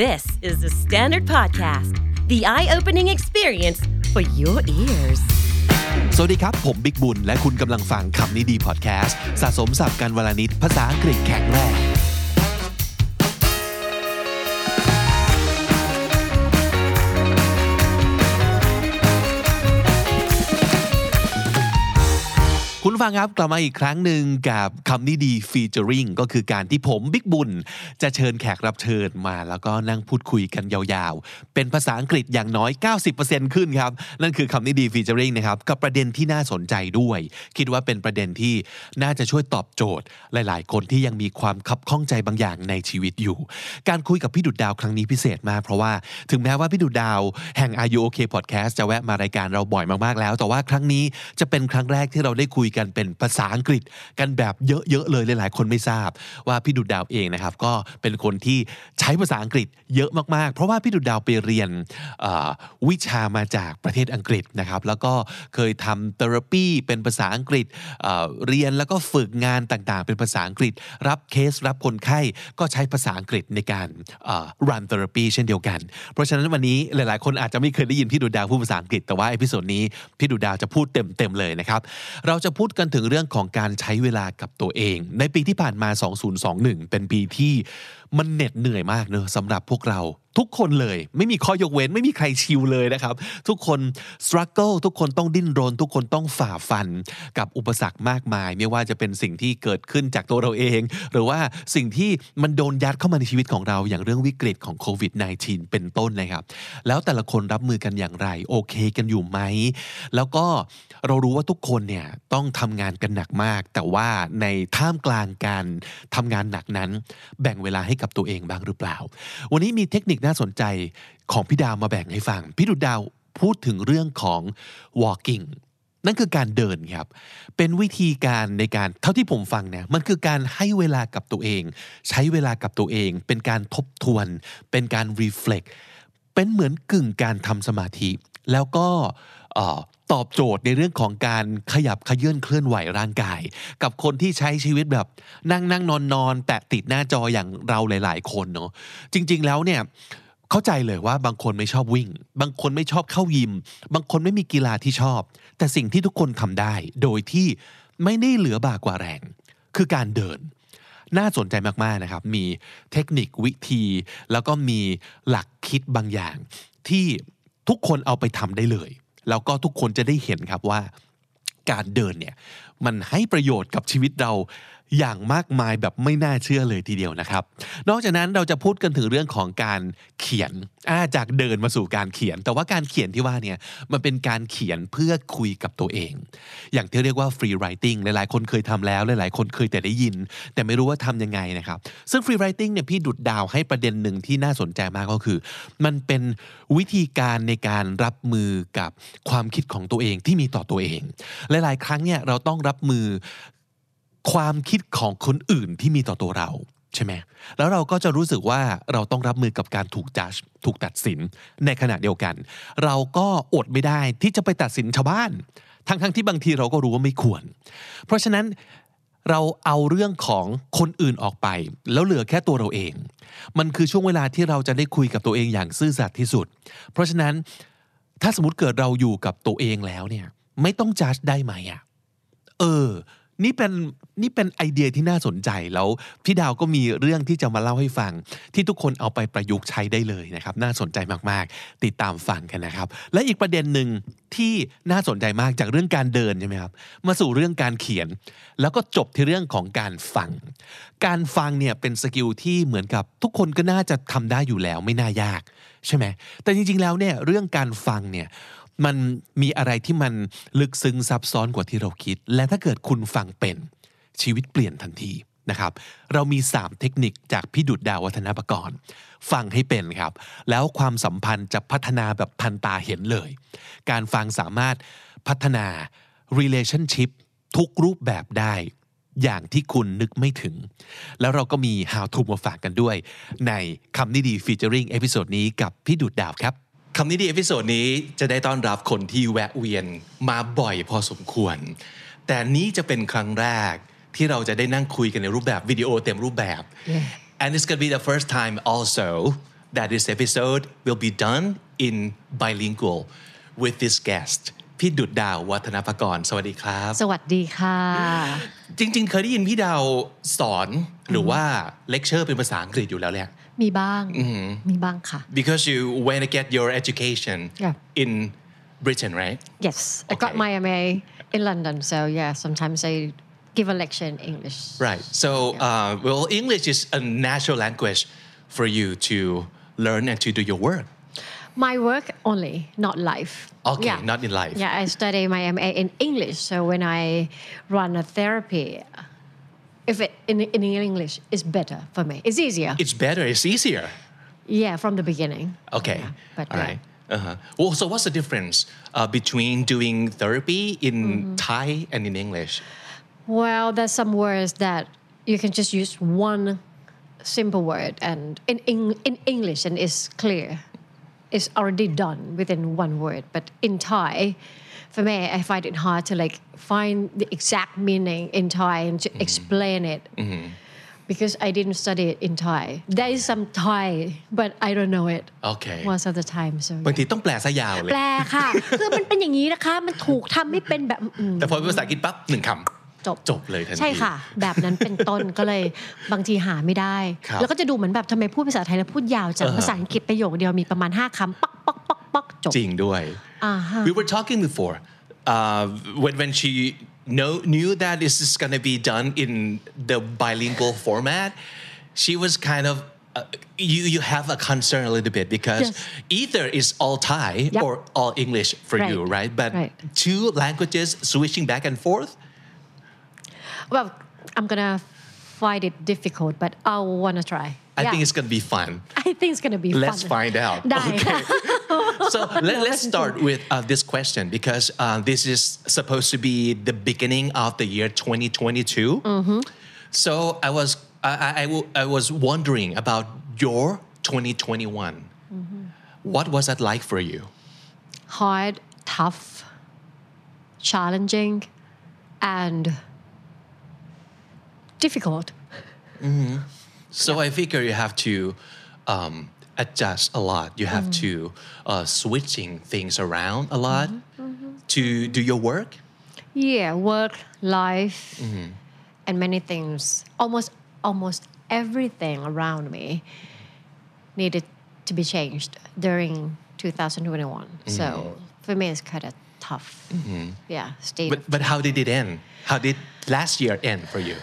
This is the Standard Podcast, the eye opening experience for your ears. สวัสดีครับ ผมบิ๊กบุญ และคุณกำลังฟังคำนี้ดีพอดแคสต์ สะสมสับการวลานิดภาษาอังกฤษแข็งแรง คุณผู้ฟังครับกลับมาอีกครั้งหนึ่งกับคำนี้ดีฟีเจอริงก็คือการที่ผมบิ๊กบุญ จะเชิญแขกรับเชิญมาแล้วก็นั่งพูดคุยกันยาวๆ เป็นภาษาอังกฤษอย่างน้อย 90%ขึ้นครับ นั่นคือคำนี้ดีฟีเจอริงนะครับกับประเด็นที่น่าสนใจด้วย คิดว่าเป็นประเด็นที่น่าจะช่วยตอบโจทย์ หลายๆ คนที่ยังมีความคับข้องใจบางอย่างในชีวิตอยู่ การคุยกับพี่ดุดดาวครั้งนี้พิเศษมากเพราะว่าถึงแม้ว่าพี่ดุดดาวแห่ง Are You OK Podcast จะแวะมารายการเราบ่อยมากๆแล้ว แต่ว่าครั้งนี้จะเป็นครั้งแรกที่เราได้คุยกันเป็นภาษาอังกฤษ กันแบบเยอะๆเลยหลายๆคนไม่ทราบ ว่าพี่ดุดดาวเองนะครับก็เป็นคนที่ใช้ภาษาอังกฤษเยอะมากๆ เพราะว่าพี่ดุดดาวไปเรียนเอ่อวิชามาจากประเทศอังกฤษนะครับแล้วก็เคยทำเทอราปีเป็นภาษาอังกฤษเอ่อเรียนแล้วก็ฝึกงานต่างๆ เป็นภาษาอังกฤษ รับเคสรับคนไข้ก็ใช้ภาษาอังกฤษในการเอ่อ run therapy เช่นเดียวกัน เพราะฉะนั้นวันนี้หลายๆ คนอาจจะไม่เคยได้ยินพี่ดูดาวพูดภาษาอังกฤษแต่ว่าเอพิโซดนี้พี่ดูดาวจะพูดเต็ม ๆ เลยนะครับ เราจะพูดกันถึงเรื่องของการใช้เวลากับตัวเอง ในปีที่ผ่านมา 2021 เป็นปีที่มันเหน็ดเหนื่อยมากเนอะสำหรับพวกเรา ทุกคนเลย ไม่มีข้อยกเว้นไม่มีใครชิลเลยนะครับ ทุกคน struggle ทุกคนต้องดิ้นรน ทุกคนต้องฝ่าฟันกับอุปสรรคมากมาย ไม่ว่าจะเป็นสิ่งที่เกิดขึ้นจากตัวเราเอง หรือว่าสิ่งที่มันโดนยัดเข้ามาในชีวิตของเราอย่างเรื่องวิกฤตของโควิด -19 เป็นต้นนะครับ แล้วแต่ละคนรับมือกันอย่างไร โอเคกันอยู่ไหม แล้วก็เรารู้ว่าทุกคนเนี่ยต้องทำงานกันหนักมาก แต่ว่าในท่ามกลางการทำงานหนักนั้น แบ่งเวลาให้กับตัวเองบ้างหรือเปล่า วันนี้มีเทคนิคน่าสนใจของพี่ดาวมาแบ่งให้ฟัง พี่ดุดดาวพูดถึงเรื่องของ walking นั่นคือการเดินครับ เป็นวิธีการในการเท่าที่ผมฟังเนี่ยมันคือการให้เวลากับตัวเอง ใช้เวลากับตัวเอง เป็นการทบทวน เป็นการ reflect เป็นเหมือนกึ่งการทำสมาธิ แล้วก็เอ่อตอบโจทย์ในเรื่องของการขยับขยื่นเคลื่อนไหวร่างกาย กับคนที่ใช้ชีวิตแบบนั่งนั่งนอนนอนแตะติดหน้าจออย่างเราหลาย ๆ คนเนาะจริง ๆ แล้วเนี่ย เข้าใจเลยว่าบางคนไม่ชอบวิ่ง บางคนไม่ชอบเข้ายิม บางคนไม่มีกีฬาที่ชอบ แต่สิ่งที่ทุกคนทำได้ โดยที่ไม่ได้เหลือบากกว่าแรง คือการเดิน น่าสนใจมาก ๆ นะครับ มีเทคนิควิธี แล้วก็มีหลักคิดบางอย่าง ที่ทุกคนเอาไปทำได้เลย แล้วก็ทุกคนจะได้เห็นครับว่า การเดินเนี่ยมันให้ประโยชน์กับชีวิตเราอย่างมากมายแบบไม่น่าเชื่อเลยทีเดียวนะครับ นอกจากนั้นเราจะพูดกันถึงเรื่องของการเขียนอ่าจากเดินมาสู่การเขียน แต่ว่าการเขียนที่ว่าเนี่ยมันเป็นการเขียนเพื่อคุยกับตัวเอง อย่างที่เรียกว่า free writing หลายๆ คนเคยทำแล้ว หลายๆ คนเคยแต่ได้ยิน แต่ไม่รู้ว่าทำยังไงนะครับ ซึ่ง free writing เนี่ยพี่ดุดดาวให้ประเด็นหนึ่งที่น่าสนใจมากก็คือ มันเป็นวิธีการในการรับมือกับความคิดของตัวเองที่มีต่อตัวเอง หลาย ๆ ครั้งเนี่ยเราต้องรับมือ ความคิดของคนอื่นที่มีต่อตัวเราใช่ไหม แล้วเราก็จะรู้สึกว่าเราต้องรับมือกับการถูกจัดถูกตัดสินในขณะเดียวกัน เราก็อดไม่ได้ที่จะไปตัดสินชาวบ้าน ทั้งๆที่บางทีเราก็รู้ว่าไม่ควร เพราะฉะนั้นเราเอาเรื่องของคนอื่นออกไป แล้วเหลือแค่ตัวเราเอง มันคือช่วงเวลาที่เราจะได้คุยกับตัวเองอย่างซื่อสัตย์ที่สุด เพราะฉะนั้นถ้าสมมติเกิดเราอยู่กับตัวเองแล้วเนี่ยไม่ต้องจัดได้ไหมอะ เออ นี่เป็นนี่เป็นไอเดียที่น่าสนใจแล้ว พี่ดาวก็มีเรื่องที่จะมาเล่าให้ฟัง ที่ทุกคนเอาไปประยุกต์ใช้ได้เลยนะครับ น่าสนใจมากๆ ติดตามฟังกันนะครับ และอีกประเด็นหนึ่งที่น่าสนใจมากจากเรื่องการเดินใช่ไหมครับมาสู่เรื่องการเขียน แล้วก็จบที่เรื่องของการฟัง การฟังเนี่ยเป็นสกิลที่เหมือนกับทุกคนก็น่าจะทำได้อยู่แล้วไม่น่ายาก ใช่ไหมแต่จริงๆแล้วเนี่ยเรื่องการฟังเนี่ย มันมีอะไรที่มันลึกซึ้งซับซ้อนกว่าที่เราคิด และถ้าเกิดคุณฟังเป็นชีวิตเปลี่ยนทันทีนะครับ เรามี 3 เทคนิคจากพี่ดุดดาววัฒนประกรณ์ ฟังให้เป็นครับ แล้วความสัมพันธ์จะพัฒนาแบบทันตาเห็นเลย การฟังสามารถพัฒนา relationship ทุกรูปแบบได้ อย่างที่คุณนึกไม่ถึง แล้วเราก็มี How to มาฝากกันด้วย ในคำนิดีฟีเจอริงเอพิโซดนี้กับพี่ดุดดาวครับ คำนี้ดีเอพิโซดนี้จะได้ต้อนรับคนที่แวะเวียนมาบ่อยพอสมควร แต่นี้จะเป็นครั้งแรกที่เราจะได้นั่งคุยกันในรูปแบบวิดีโอเต็มรูปแบบ and it's gonna be the first time also that this episode will be done in bilingual with this guest พี่ดุดดาววัฒนภกร สวัสดีครับ สวัสดีค่ะ จริง ๆ เคยได้ยินพี่ดาวสอนหรือว่าเลคเชอร์เป็นภาษาอังกฤษอยู่แล้วแหละ มีบ้าง มีบ้างค่ะ because you went to get your education Yeah. in Britain right yes I got Okay. my MA in London so yeah sometimes I give a lecture in English Right. So, uh, well, English is a natural language for you to learn and to do your work. my work only not life Okay, Yeah. not in life. yeah I study my MA in English so when I run a therapy if it in, in English is better for me it's easier It's better. It's easier. yeah from the beginning Okay. Yeah, but All yeah. right. Uh-huh. Well, so what's the difference uh, between doing therapy in Thai and in English? Well, there's some words that you can just use one simple word, and in Eng- in English, and it's clear, it's already done within one word. But in Thai, for me, I find it hard to like find the exact meaning in Thai and to explain it. Because I didn't study it in Thai. There is some Thai, but I don't know it Okay. most of the time. So บางทีต้องแปลซะยาวเลย แปลค่ะ คือมันเป็นอย่างนี้นะคะ มันถูกทำให้เป็นแบบอืม แต่พอเป็นภาษาอังกฤษปั๊บหนึ่งคำ จบ จบเลยทันที ใช่ค่ะ แบบนั้นเป็นต้น ก็เลยบางทีหาไม่ได้ ครับ แล้วก็จะดูเหมือนแบบทำไมพูดภาษาไทยแล้วพูดยาวจัง เออ ภาษาอังกฤษประโยคเดียวมีประมาณ 5คำปักปักปักปักจบ จริงด้วย Uh-huh. We were talking before uh, when when she know knew that this is gonna be done in the bilingual format. She was kind of uh, you you have a concern a little bit because Yes. either is all Thai Yep. or all English for you, Right. right? But Right. two languages switching back and forth. แบบ I'm gonna find it difficult but I wanna try I Yeah. think it's gonna be fun. I think it's gonna be fun Let's find out. ได้ค่ะ so let, us start with uh, this question because uh, this is supposed to be the beginning of the year 2022. So I was I, I- I, w- I was wondering about your 2021. What was that like for you? hard tough challenging and difficult So I figure you have to um, adjust a lot. You have to uh, switching things around a lot to do your work. Yeah, work, life, and many things. Almost, almost everything around me needed to be changed during 2021. So for me, it's kind of tough. Yeah, state But of- but how did it end? How did last year end for you?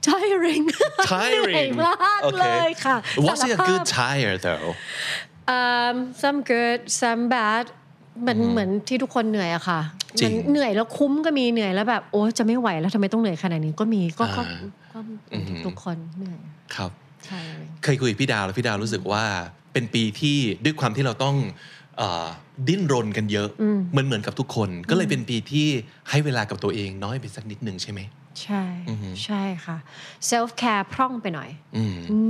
tiring. เหนื่อย tiring มากเลยค่ะ was it a good tire though um, some good some bad มันเหมือนที่ทุกคนเหนื่อยอะค่ะ จริ มั ง เหนื่อยแล้วคุ้มก็มีเหนื่อยแล้วแบบโอ้จะไม่ไหวแล้วทำไมต้องเหนื่อยขนาดนี้ก็มีก็ก็ก็ทุกคนเหนื่อย ครับ ใช่เลย เคยคุยกับพี่ดาวแล้วพี่ดาวรู้สึกว่าเป็นปีที่ด้วยความที่เราต้องเอ่อดิ้นรนกันเยอะเหมือนเหมือนกับทุกคน ก็เลยเป็นปีที่ให้เวลากับตัวเองน้อยไปสักนิดหนึ่งใช่ไหม ใช่ใช่ค่ะ self care พร่องไปหน่อย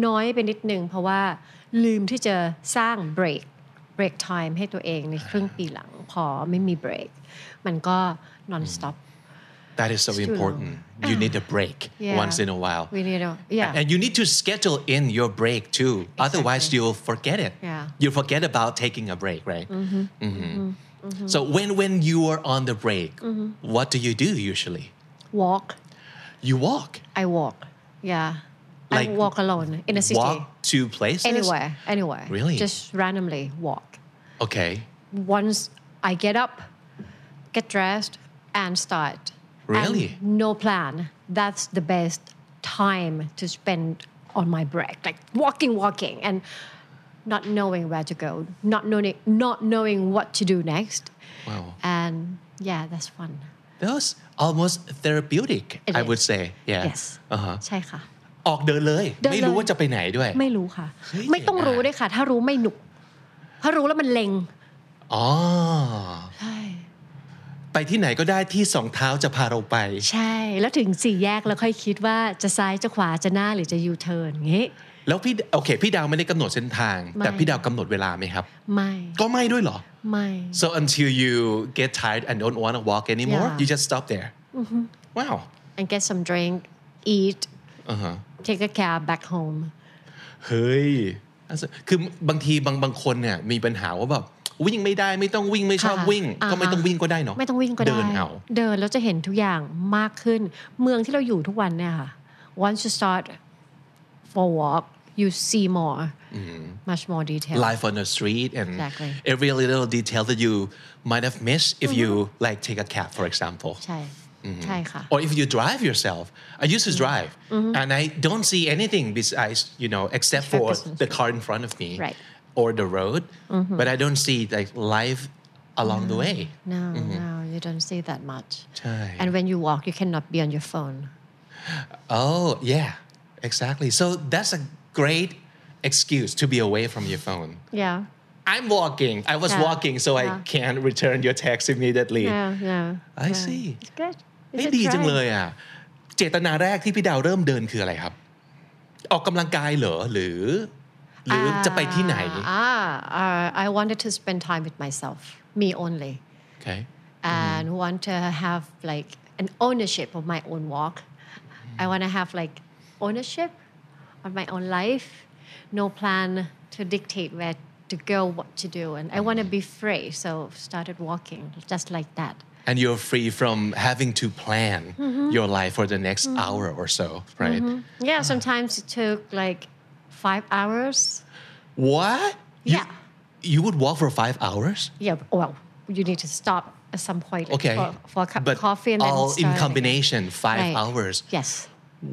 น้อยไปนิดนึงเพราะว่าลืมที่จะสร้าง break break time ให้ตัวเองในครึ่งปีหลัง พอไม่มี break มันก็ non stop that is so It's too important you need a break Yeah. once in a while we need a yeah And you need to schedule in your break too. Otherwise, you'll forget it. Yeah. You forget about taking a break, right? Mhm. So when when you are on the break, what do you do usually? walk You walk. I walk yeah I Like, walk alone in a city Walk to places. anywhere anywhere Really? just randomly walk Okay. once I get up, get dressed, and start. Really? And no plan. That's the best time to spend on my break, like walking, walking, and not knowing where to go, not knowing, not knowing what to do next. Wow. And yeah, that's fun. That was almost therapeutic. It I is. would say. Yeah. Yes. อ่าฮะ ใช่ค่ะ ออกเดินเลย เดิน ไม่รู้ เลย ว่าจะไปไหนด้วย ไม่รู้ค่ะ เฮ้ย ไม่ต้อง เจ๋งอะ รู้ด้วยค่ะ ถ้ารู้ไม่หนุก ถ้ารู้แล้วมันเล็ง อ๋อ ใช่ ไปที่ไหนก็ได้ที่สองเท้าจะพาเราไป ใช่ แล้วถึงสี่แยกแล้วค่อยคิดว่าจะซ้ายจะขวาจะหน้าหรือจะยูเทิร์นอย่างงี้ แล้วพี่โอเค พี่ดาวไม่ได้กำหนดเส้นทาง ไม่ แต่พี่ดาวกำหนดเวลาไหมครับ ไม่ ก็ไม่ด้วยเหรอ ไม่ so until you get tired and don't want to walk anymore Yeah. you just stop there wow and get some drink eat อ่าฮะ take a cab back home เฮ้ย คือบางทีบางบางคนเนี่ยมีปัญหาว่าแบบวิ่งไม่ได้ไม่ต้องวิ่งไม่ชอบ ค่ะ วิ่ง า ก็ไม่ต้องวิ่งก็ได้เนาะ ไม่ต้องวิ่งก็ได้ เดินเอา เดินแล้วจะเห็นทุกอย่างมากขึ้น เมืองที่เราอยู่ทุกวันเนี่ยค่ะ once you start for walk you see more much more detail life on the street and Exactly. every little detail that you might have missed if you Mm-hmm. like take a cab for example ใช่ใช่ค่ะ or if you drive yourself i used Mm-hmm. to drive and i don't see anything besides you know except Except for business. the car in front of me Right. Mm-hmm. or the road but i don't see like life along the way no no you don't see that much ใช่ Mm-hmm. and when you walk you cannot be on your phone oh yeah exactly so that's a great excuse to be away from your phone yeah i'm walking i was Yeah. walking so i Yeah. can return your text immediately yeah yeah I yeah. see. it's good It's เฮ้ย a ดีจัง try. เลยอ่ะ เจตนาแรกที่พี่ดาวเริ่มเดินคืออะไรครับ ออกกำลังกายเหรอหรือ หรือจะไปที่ไหน Ah, ah, I wanted to spend time with myself, me only, โอเค and want to have like an ownership of my own walk. I want to have like ownership of my own life, no plan to dictate where to go, what to do, and I want to be free. So started walking just like that. and you're free from having to plan your life for the next hour or so right Yeah, Uh-huh. sometimes it took like five hours. what You- Yeah. you would walk for five hours Yeah, well, you need to stop at some point like, okay for, for a cup but of coffee and all then in start again. combination five Right. hours Yes.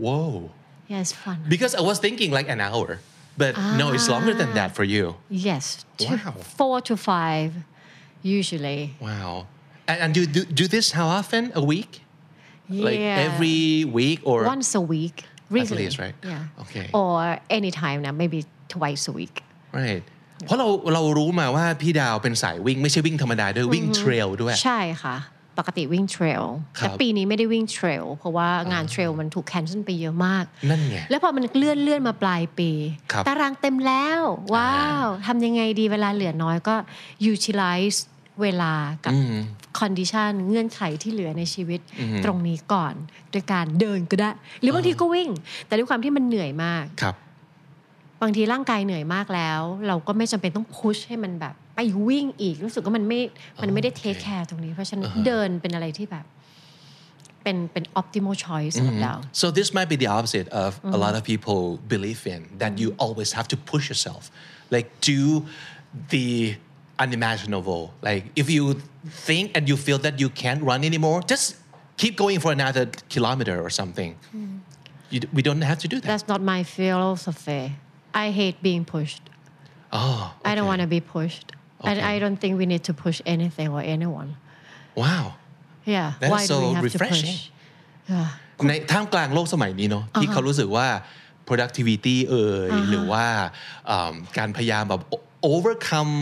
whoa Yeah, it's fun. because I was thinking like an hour but no it's longer than that for you yes. two- Wow. Four to five, usually. wow and, and do, do do this how often a week like yeah. every week or once a week. Really, least, right? Yeah. Oh. Okay. Or anytime now, maybe twice a week. right เพราะเราเรารู้มาว่าพี่ดาวเป็นสายวิ่ง ไม่ใช่วิ่งธรรมดาด้วยวิ่งเทร Mm-hmm. ลด้วย ใช่ค่ะ ปกติวิ่งเทรล ครับ แต่ปีนี้ไม่ได้วิ่งเทรลเพราะว่างานเทรลมันถูกแคนเซิลไปเยอะมาก นั่นไง แล้วพอมันเลื่อนเลื่อนมาปลายปี ครับ ตารางเต็มแล้ว ว้าวทำยังไงดีเวลาเหลือน้อยก็ utilize เวลากับคอนดิชันเงื่อนไขที่เหลือในชีวิตตรงนี้ก่อนโดยการเดินก็ได้ หรือบางทีก็วิ่ง แต่ด้วยความที่มันเหนื่อยมาก ครับ บางทีร่างกายเหนื่อยมากแล้ว เราก็ไม่จำเป็นต้องพุชให้มันแบบ ไปวิ่งอีกรู้สึกว่ามันไม่มันไม่ได้เทคแคร์ตรงนี้ เพราะฉะนั้นเดินเป็นอะไรที่แบบ เป็นเป็น optimal choice สำหรับเรา so this might be the opposite of a Mm-hmm. lot of people believe in that you always have to push yourself like do the unimaginable like if you think and you feel that you can't run anymore just keep going for another kilometer or something you, d- we don't have to do that Mm. that's not my philosophy I hate being pushed oh I don't okay. want to be pushed and Okay. I don't think we need to push anything or anyone wow yeah That is why do so we have to push refreshing. ในท่ามกลางโลกสมัยนี้เนาะที่เขารู้สึกว่า productivity เอ่ยหรือว่าอืมการพยายามแบบ overcome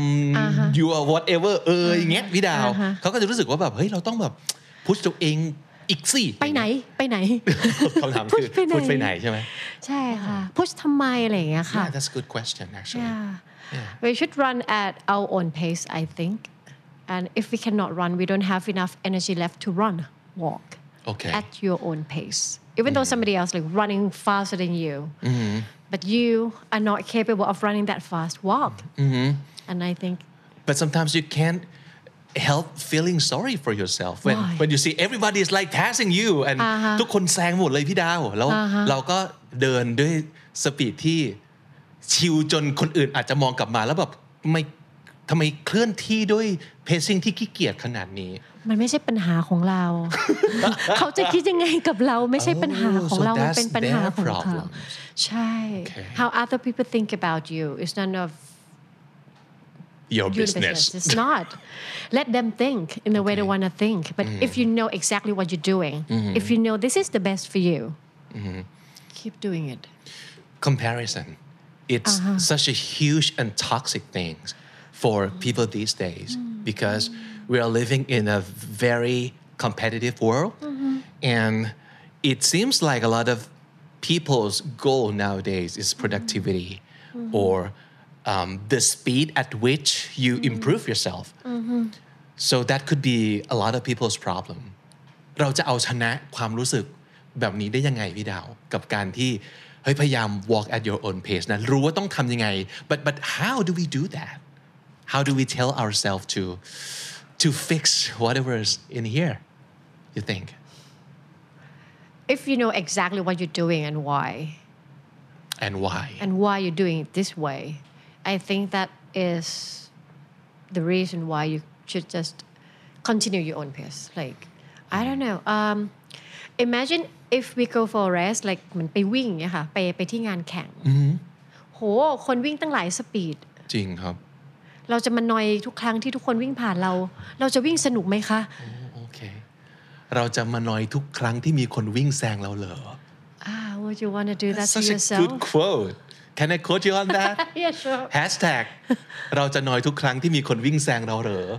your whatever เอ่ยอย่างเงี้ยพี่ดาว เขาก็จะรู้สึกว่าแบบเฮ้ยเราต้องแบบ push ตัวเองอีกสิ ไปไหนไปไหน คำถาม push คือ ไปไหน push ไปไหนใช่ไหม ใช่ค่ะ push ทำไมอะไรอย่างเงี้ยค่ะ Yeah, that's a good question actually Yeah. We should run at our own pace, I think. And if we cannot run, we don't have enough energy left to run, walk Okay. at your own pace. Even though somebody else like running faster than you, but you are not capable of running that fast, walk. And I think but sometimes you can't help feeling sorry for yourself when Why? when you see everybody is like passing you and ทุกคนแซงหมดเลยพี่ดาว แล้วเราก็เดินด้วยสปีดที่ชิลจนคนอื่นอาจจะมองกลับมาแล้วแบบไม่ทำไมเคลื่อนที่ด้วยเพซซิ่งที่ขี้เกียจขนาดนี้ มันไม่ใช่ปัญหาของ เรา เขาจะคิดยังไงกับเราไม่ใช่ปัญหาของเรา Oh, so มันเป็นปัญหาของ that's their เขา problem. ใช่ Okay. How other people think about you is none of your your business business. It's not. Let them think in the way they want to think. But if you know exactly what you're doing, if you know this is the best for you, keep doing it. comparison. It's such a huge and toxic thing for people these days because we are living in a very competitive world. And it seems like a lot of people's goal nowadays is productivity or um, the speed at which you improve yourself. So that could be a lot of people's problem. เราจะเอาชนะความรู้สึกแบบนี้ได้ยังไงพี่ดาว กับการที่เฮ้ย เฮ้ยพยายาม walk at your own pace นะรู้ว่าต้องทำยังไง but but how do we do that how do we tell ourselves to to fix whatever is in here you think if you know exactly what you're doing and why and why and why you're doing it this way, I think that is the reason why you should just continue your own pace. Like, I don't know. Um, imagine if we go for a race, like เหมันไปวิ่งเนี่ยค่ะ ไปไปที่งานแข่งโห คนวิ่งตั้งหลายสปีด จริงครับ เราจะมานอยทุกครั้งที่ทุกคนวิ่งผ่านเรา เราจะวิ่งสนุกไหมคะ โอเค เราจะมานอยทุกครั้งที่มีคนวิ่งแซงเราเหรอ Ah, would you want to do that to such a yourself? good quote can I quote you on that Yeah, sure. hashtag เราจะนอยทุกครั้งที่มีคนวิ่งแซงเราเหรอ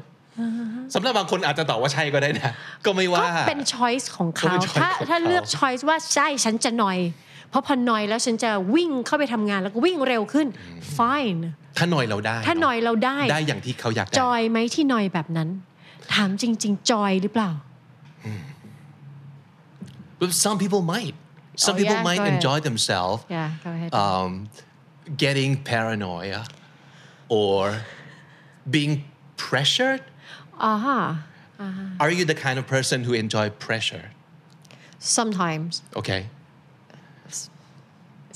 สำหรับบางคนอาจจะตอบว่าใช่ก็ได้นะ ก็ไม่ ก็ ว่า เป็น choice ของ ก็ เขา เป็น choice ถ้า ของ ถ้า เขา เลือก choice ว่าใช่ฉันจะหน่อย เพราะพอหน่อยแล้วฉันจะวิ่งเข้าไปทำงานแล้วก็วิ่งเร็วขึ้น fine ถ้าหน่อยเราได้ ถ้าหน่อย เ เราได้ ะได้อย่างที่เขาอยากได้ จอยไหมที่หน่อยแบบนั้น ถามจริง ๆ จอยหรือเปล่า but some people might some Oh, people yeah, might go ahead. enjoy themselves yeah go ahead um, getting paranoia or being pressured อ่าฮะ are you the kind of person who enjoy pressure sometimes okay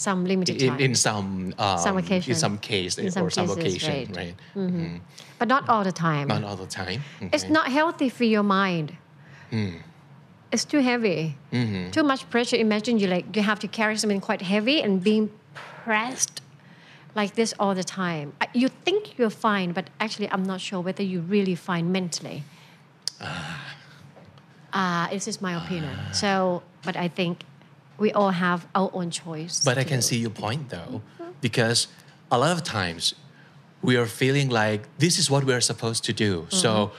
some limited in, time in some um, Some occasion. in some case In some or some cases, occasion right. right, but not all the time not all the time it's not healthy for your mind Hmm. it's too heavy Mm-hmm. too much pressure imagine you like you have to carry something quite heavy and being pressed like this all the time Uh, you think you're fine but actually i'm not sure whether you really fine mentally Ah. uh, this is my opinion so but i think we all have our own choice but I to can do. see your point though because a lot of times we are feeling like this is what we are supposed to do so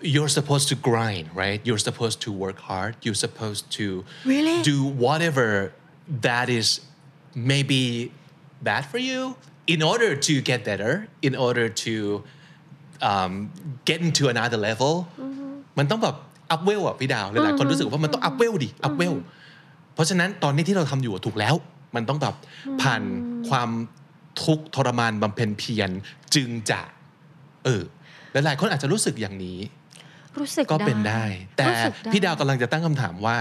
you're supposed to grind right you're supposed to work hard you're supposed to Really? do whatever that is maybe bad for you in order to get better in order to um, get into another level มันต้องแบบ up well อ่ะพี่ดาวหลายๆคนรู้สึกว่ามันต้อง up well ดิ up well เพราะฉะนั้นตอนนี้ที่เราทำอยู่อะถูกแล้ว มันต้องแบบผ่านความทุกข์ทรมานบำเพ็ญเพียรจึงจะ เออหลายๆคนอาจจะรู้สึกอย่างนี้ รู้สึก ก็เป็นได้ แต่ รู้สึกไ พี่ดาวกำลังจะตั้งคำถามว่า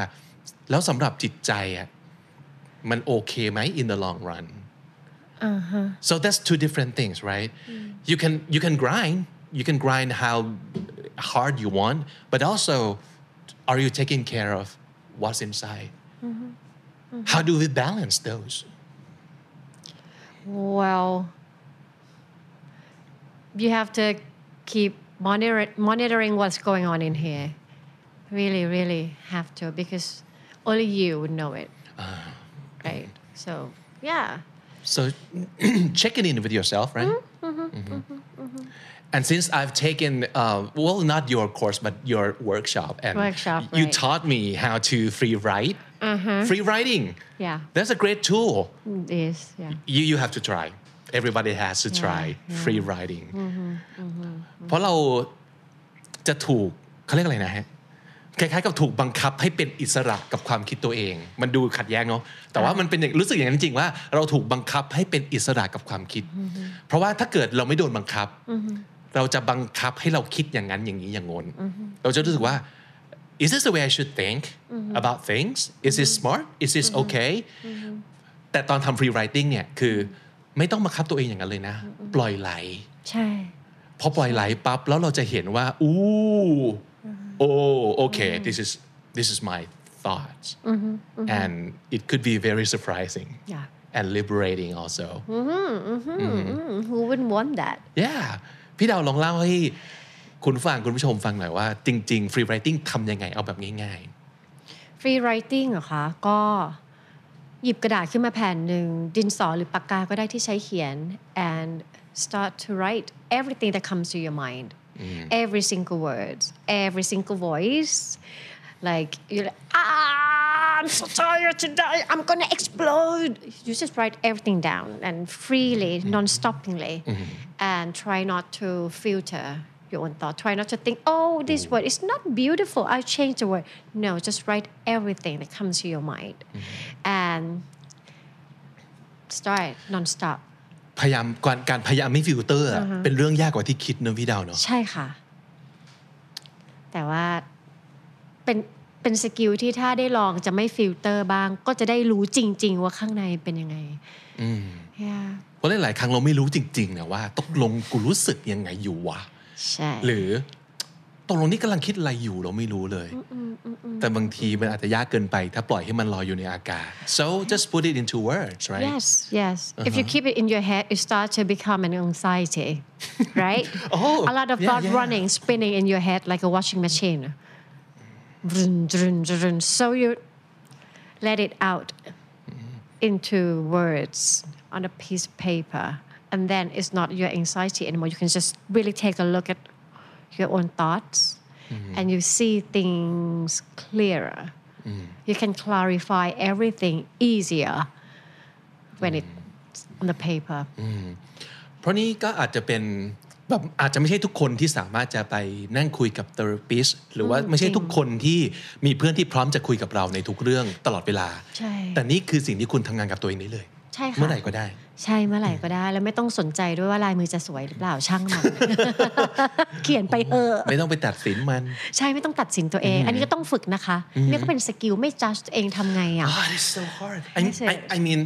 แล้วสำหรับจิตใจอ่ะมันโอเคไหม in the long run so that's two different things right you can you can grind you can grind how hard you want but also are you taking care of what's inside how do we balance those Well, you have to keep monitor- monitoring what's going on in here. Really, really have to because only you would know it. Right? So, yeah. So checking in with yourself, right? Mm-hmm, Mhm. And since I've taken, uh, well, not your course, but your workshop, and Workshop, you right. Mm-hmm. taught me how to free write, free writing. Yeah. That's a great tool. It is. Mm, Yeah. You you have to try. Everybody has to try free writing. เพราะเราจะถูกเขาเรียกอะไรนะฮะคล้ายๆกับถูกบังคับให้เป็นอิสระกับความคิดตัวเอง มันดูขัดแย้งเนาะแต่ว่ามันเป็นอย่างรู้สึกอย่างนั้นจริงว่าเราถูกบังคับให้เป็นอิสระกับความคิด เพราะว่าถ้าเกิดเราไม่โดนบังคับ เราจะบังคับให้เราคิดอย่างนั้นอย่างนี้อย่างงนเราจะรู้สึกว่า is this the way I should think about things is this smart is this okay แต่ตอนทำ free writing เนี่ยคือไม่ต้องบังคับตัวเองอย่างนั้นเลยนะ ปล่อยไหล Chai. พอปล่อยไหลปั๊บแล้วเราจะเห็นว่าอู้โอ้โอเค this is this is my thoughts and it could be very surprising Yeah. and liberating also Mm, who wouldn't want that? yeah พี่ดาวลองเล่าให้คุณฟังคุณผู้ชมฟังหน่อยว่า จริง ๆ free writing ทำยังไงเอาแบบง่าย ฟรีไรติ n งเหรอคะ ก็หยิบกระดาษขึ้นมาแผ่นหนึ่ง ดินสอหรือปากกาก็ได้ที่ใช้เขียน and start to write everything that comes to your mind every single word every single voice like you're like "Ah, I'm so tired today I'm gonna explode you just write everything down and freely non-stoppingly and try not to filter your own thought try not to think oh this word is not beautiful I change the word no just write everything that comes to your mind and start non-stop พยายามการการพยายามไม่ฟิลเตอร์อะเป็นเรื่องยากกว่าที่คิดเนอะพี่ดาวเนอะ ใช่ค่ะ แต่ว่าเป็นเป็นสกิลที่ถ้าได้ลองจะไม่ฟิลเตอร์บ้าง ก็จะได้รู้จริง ๆ ว่าข้างในเป็นยังไง อืม yeah. เพราะหลายๆครั้งเราไม่รู้จริงๆนะว่าตกลงกูรู้สึกยังไงอยู่วะ ใช่ หรือตกลงนี่กำลังคิดอะไรอยู่เราไม่รู้เลย แต่บางทีมันอาจจะยากเกินไป ถ้าปล่อยให้มันลอยอยู่ในอากาศ so just put it into words right yes yes if you keep it in your head it starts to become an anxiety right Oh, a lot of yeah, thought yeah. running spinning in your head like a washing machine Vroom, vroom, vroom. so you let it out into words on a piece of paper and then it's not your anxiety anymore you can just really take a look at your own thoughts Mm-hmm. and you see things clearer Mm. you can clarify everything easier when it's on the paper เพราะนี่ก็อาจจะเป็นแบบอาจจะไม่ใช่ทุกคนที่สามารถจะไปนั่งคุยกับเทอราปิสหรือว่าไม่ใช่ทุกคนที่มีเพื่อนที่พร้อมจะคุยกับเราในทุกเรื่องตลอดเวลา ใช่ แต่นี่คือสิ่งที่คุณทำงานกับตัวเองได้เลย ใช่ค่ะ เมื่อไหร่ก็ได้ ใช่เมื่อไหร่ก็ได้ แล้วไม่ต้องสนใจด้วยว่าลายมือจะสวยหรือเปล่าช่างมัน เขียนไปเถอะ ไม่ต้องไปตัดสินมัน ใช่ไม่ต้องตัดสินตัวเอง อันนี้ก็ต้องฝึกนะคะเนี่ยก็เป็นสกิลไม่จัดตัวเองทำไงอ่ะ Oh, it is so hard. I, Yes, it I, I mean,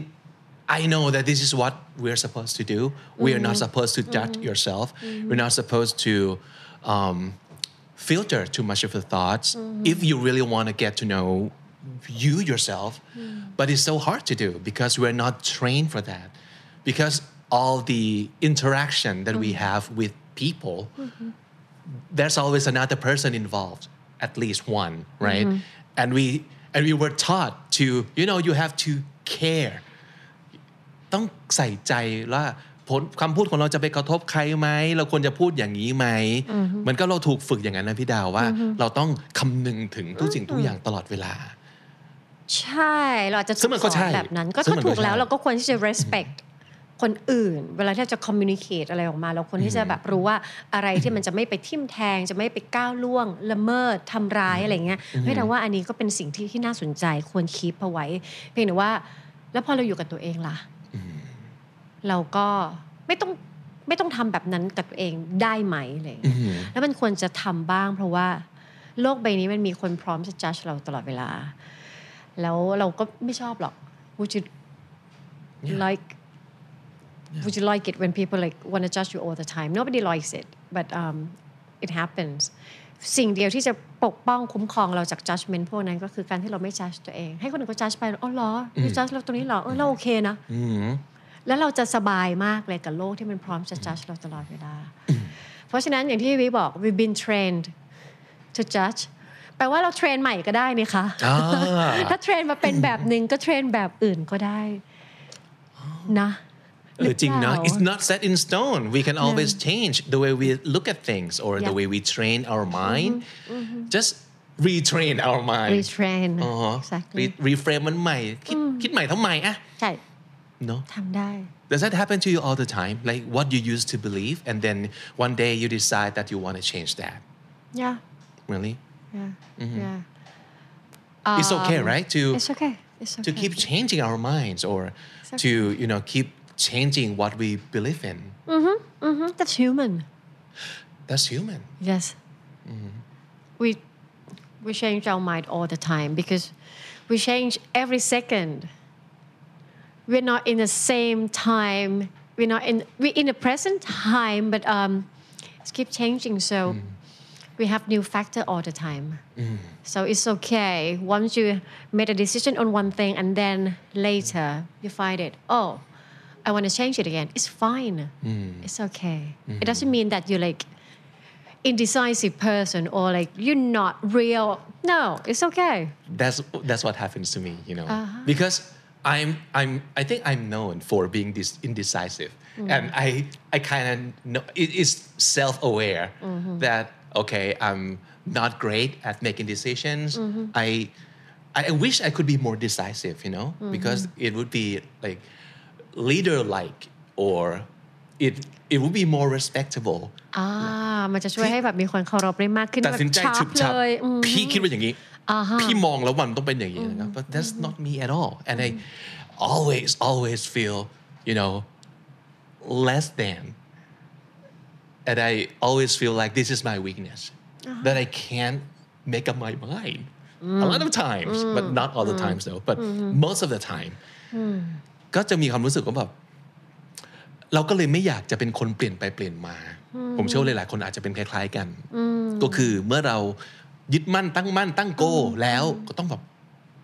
I know that this is what we're supposed to do. We are not supposed to judge yourself. We're not supposed to um, filter too much of the thoughts if you really want to get to know you yourself. But it's so hard to do because we're not trained for that. Because all the interaction that we have with people there's always another person involved, at least one, right? And we and we were taught to, you know, you have to care. ต้องใส่ใจว่าผลคำพูดของเราจะไปกระทบใครไหม เราควรจะพูดอย่างนี้ไหม มันก็เราถูกฝึกอย่างนั้นนะพี่ดาวว่า เราต้องคำนึงถึงทุกสิ่งทุกอย่างตลอดเวลา ใช่เราอาจจะ ซึ่งมันก็ใช่ สอแบบนั้น ก็ ซึ่ง ก็ มันก็ ถูกแล้ว ใช่ เราก็ควรที่จะ respect คนอื่น เวลาที่เราจะ communicate อะไรออกมา เราควรที่จะแบบรู้ว่าอะไรที่มันจะไม่ไปทิ่มแทง จะไม่ไปก้าวล่วง ละเมิดทำร้ายอะไรเงี้ยเฮ้ยแต่ว่าอันนี้ก็เป็นสิ่งที่ที่น่าสนใจควรคีปเอาไว้ เพียงแต่ว่า แล้วพอเราอยู่กับตัวเองล่ะ เราก็ไม่ต้องไม่ต้องทำแบบนั้นกับตัวเองได้ไหมอะไรเงี้ยแล้วมันควรจะทำบ้าง เพราะว่าโลกใบนี้มันมีคนพร้อมจะจัดเราตลอดเวลา แล้วเราก็ไม่ชอบหรอก would you like would you like it when people like want to judge you all the time nobody likes it but um it happens สิ่งเดียวที่จะปกป้องคุ้มครองเราจาก judgment พวกนั้นก็คือการที่เราไม่ judge ตัวเอง ให้คนอื่นเขา judge ไปอ๋อเหรอ you judge เราตรงนี้เหรอเออเราโอเคนะ อืม แล้วเราจะสบายมากเลยกับโลกที่มันพร้อมจะ judge เราตลอดเวลา เพราะฉะนั้นอย่างที่วิบอก we've been trained to judge แปลว่าเราเทรนใหม่ก็ได้นี่คะ อ่า ถ้าเทรนมาเป็นแบบหนึ่งก็เทรนแบบอื่นก็ได้ นะ เออจริงนะ หรือเปล่า it's not set in stone we can always change the way we look at things or the Yeah. Mm-hmm. way we train our mind just retrain our mind retrain อ๋อ exactly Mm. Re- reframe มันใหม่คิดคิดใหม่ทำไมอะ ใช่ เนาะ ทำได้ ah. Does that happen to you all the time? Like what you used to believe, and then one day you decide that you want to change that. yeah Really? yeah yeah it's okay, right? To Um, it's okay it's okay to keep changing our minds or to you know keep changing what we believe in. Mhm, that's human That's human. Yes. We we change our mind all the time because we change every second. We're not in the same time. We're not in we're in the present time, but um, it's keep changing. So we have new factor all the time. So it's okay. Once you made a decision on one thing, and then later you find it. Oh, I want to change it again. It's fine. It's okay. It doesn't mean that you're like indecisive person or like you're not real. No, it's okay. that's that's what happens to me you know because i'm i'm i think i'm known for being this indecisive and i i kind of know it is self-aware that okay i'm not great at making decisions i I I wish I could be more decisive, you know, because it would be like leader-like, or it it would be more respectable. อ่ามันจะช่วยให้แบบมีคนเคารพได้มากขึ้น ตัดสินใจ แบบ ฉุบฉับ เลยอืม พี่คิดว่าอย่างนี้ อ่าฮะ พี่มองแล้วมันต้องเป็นอย่างนี้นะครับ but that's not me at all and I always, always feel, you know, less than. And I always feel like this is my weakness, that I can't make up my mind. A lot of times, but not all the times though, but most of the time. ก็จะมีความรู้สึกว่าแบบเราก็เลยไม่อยากจะเป็นคนเปลี่ยนไปเปลี่ยนมา ผมเชื่อว่าหลายๆคนอาจจะเป็นคล้ายๆกัน ก็คือเมื่อเรายึดมั่นตั้งมั่นตั้งโกแล้วก็ต้องแบบ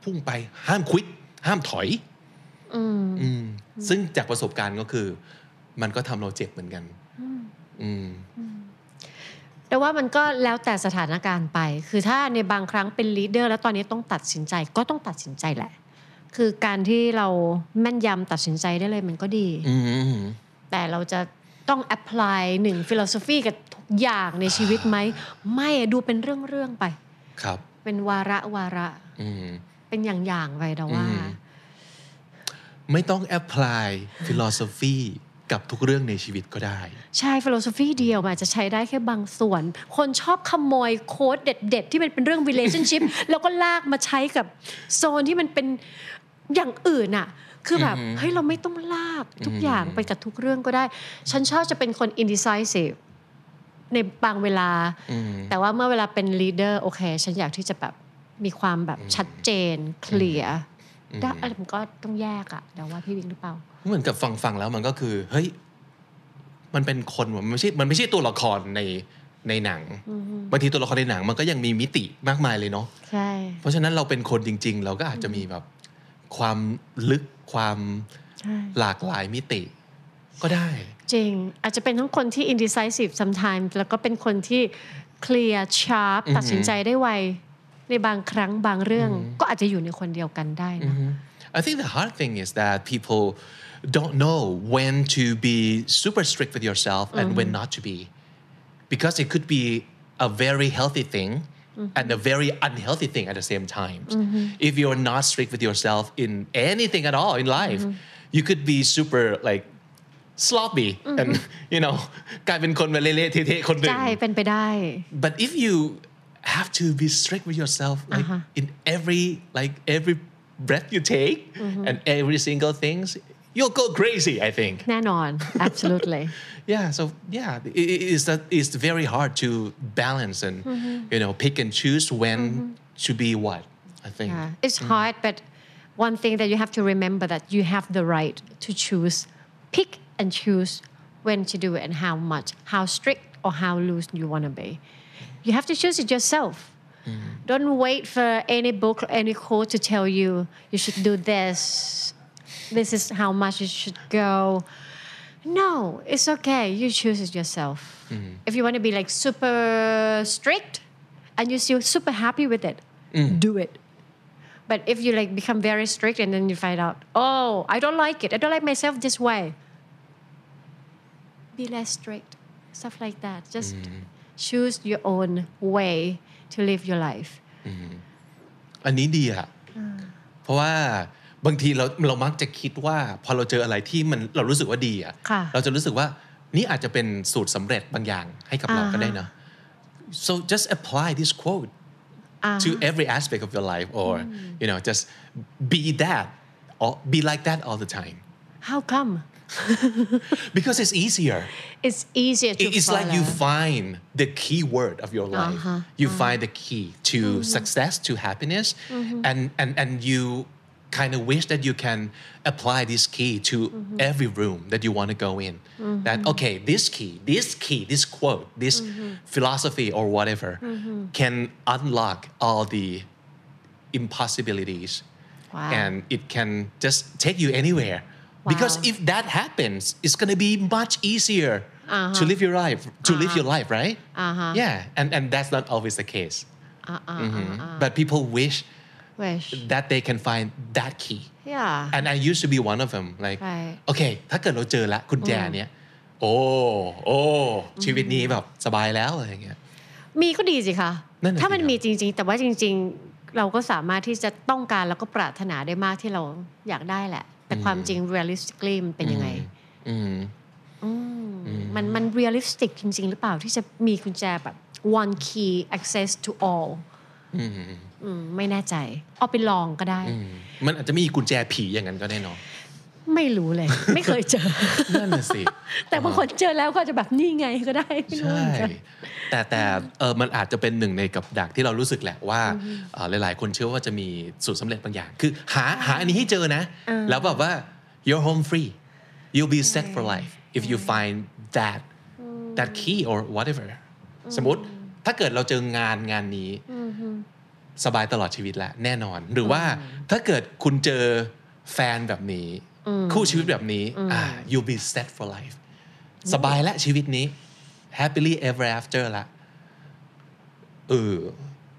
พุ่งไปห้ามควิดห้ามถอยอืมซึ่งจากประสบการณ์ก็คือ มันก็ทำเราเจ็บเหมือนกัน อืม แต่ว่ามันก็แล้วแต่สถานการณ์ไป คือถ้าในบางครั้งเป็นลีดเดอร์แล้วตอนนี้ต้องตัดสินใจก็ต้องตัดสินใจแหละ คือการที่เราแม่นยำตัดสินใจได้เลยมันก็ดี อืม แต่เราจะต้อง apply หนึ่งฟิโลโซฟีกับทุกอย่างในชีวิตไหม ไม่อะดูเป็นเรื่องๆไป ครับ เป็นวาระวาระ อืม เป็นอย่างๆไปแต่ว่า อืม ไม่ต้องแอพพลายฟิโลโซฟีกับทุกเรื่องในชีวิตก็ได้ ใช่ฟิโลโซฟีเดียวมันอาจจะใช้ได้แค่บางส่วน คนชอบขโมยโค้ดเด็ด ๆ ที่มันเป็นเรื่อง relationship แล้วก็ลากมาใช้กับโซนที่มันเป็นอย่างอื่นอะคือแบบ อือหือ เฮ้ย เราไม่ต้องลากทุก อือหือ อ อ ย่างไปกับทุกเรื่องก็ได้ ฉันชอบจะเป็นคน indecisive ในบางเวลา อืม แต่ว่าเมื่อเวลาเป็น leader โอเค ฉันอยากที่จะแบบมีความแบบชัดเจน เคลียร์ อืม ได้อะไรมันก็ต้องแยกอะแต่ว่าพี่วิงหรือเปล่า เหมือนกับฟังฟังแล้วมันก็คือ เฮ้ย มันเป็นคนว่ะมันไม่ใช่มันไม่ใช่ตัวละครในในหนังบางทีตัวละครในหนังมันก็ยังมีมิติมากมายเลยเนาะ ใช่ เพราะฉะนั้นเราเป็นคนจริง ๆ เราก็อาจจะมีแบบความลึกความ ใช่ หลากหลายมิติ ก็ได้ จริง อาจจะเป็นทั้งคนที่ indecisive sometimes แล้วก็เป็นคนที่ clear sharp อือหือ ตัดสินใจได้ไว ในบางครั้งบางเรื่อง ก็อาจจะอยู่ในคนเดียวกันได้นะ I think the hard thing is that people don't know when to be super strict with yourself and when not to be because it could be a very healthy thing and a very unhealthy thing at the same time if you're not strict with yourself in anything at all in life you could be super like sloppy and you know กลายเป็นคนมาเละๆเทะๆคนหนึ่ง ใช่ เป็นไปได้ but if you have to be strict with yourself like in every like every breath you take and every single things you'll go crazy i think แน่นอน absolutely yeah so yeah it, it is that it's very hard to balance and you know pick and choose when to be what i think Yeah. it's hard but one thing that you have to remember that you have the right to choose pick and choose when to do it and how much how strict or how loose you want to be you have to choose it yourself don't wait for any book or any quote to tell you you should do this this is how much you should go no it's okay you choose it yourself if you want to be like super strict and you feel super happy with it do it but if you like become very strict and then you find out, oh, I don't like it. I don't like myself this way. Be less strict. Stuff like that. Just Mm. choose your own way to live your life. อันนี้ดีอะเพราะว่าบางทีเราเรามักจะคิดว่าพอเราเจออะไรที่มันเรารู้สึกว่าดีอะ ค่ะ เราจะรู้สึกว่านี่อาจจะเป็นสูตรสำเร็จบางอย่างให้กับเรา อ่าฮะ ก็ได้นะ so just apply this quote to every aspect of your life or you know just be that or be like that all the time How come? because it's easier It's easier to It- it's like you follow. find the key word of your life you find the key to success to happiness and, and and you kind of wish that you can apply this key to every room that you want to go in that okay this key this key this quote this philosophy or whatever can unlock all the impossibilities Wow. and it can just take you anywhere because Wow. if that happens it's going to be much easier to live your life to live your life right Uh-huh. yeah and and that's not always the case Uh, uh, Mhm. but people wish Wish. that they can find that key Yeah. and I used to be one of them like Right. โอเคถ้าเกิดเราเจอละกุญแจเนี้ยโอ้โอ้ชีวิตนี้แบบสบายแล้วอะไรอย่างเงี้ย มีก็ดีสิคะ นั่นน่ะสิ ถ้ามัน ครับ มีจริง ๆ แต่ว่าจริง ๆ เราก็สามารถที่จะต้องการแล้วก็ปรารถนาได้มากที่เราอยากได้แหละ แต่ความจริง realistically มันเป็นยังไง อืม มันมัน realistic จริง ๆ หรือเปล่าที่จะมีกุญแจแบบ one key access to all อืมไม่แน่ใจ เอาไปลองก็ได้ มันอาจจะมีกุญแจผีอย่างนั้นก็ได้เนาะ ไม่รู้เลย ไม่เคยเจ อ นั่นน่ะสิ แต่บางคนเจอแล้วก็อาจจะแบบนี่ไงก็ได้ไม่รู้ ใช่ เหมือนกัน แต่ แต่เออมันอาจจะเป็นหนึ่งในกับดักที่เรารู้สึกแหละว่าเอ่อหลาย ๆ คนเชื่อว่าจะมีสูตรสำเร็จบางอย่าง คือหาหาอันนี้ให้เจอนะ แล้วแบบว่า you're home free you'll be set for life if you find that that key or whatever สมมติถ้าเกิดเราเจองานงานนี้ สบายตลอดชีวิตแหละแน่นอน หรือว่าถ้าเกิดคุณเจอแฟนแบบนี้ คู่ชีวิตแบบนี้อ่า you'll be set for life สบายและชีวิตนี้ happily ever after ละเออ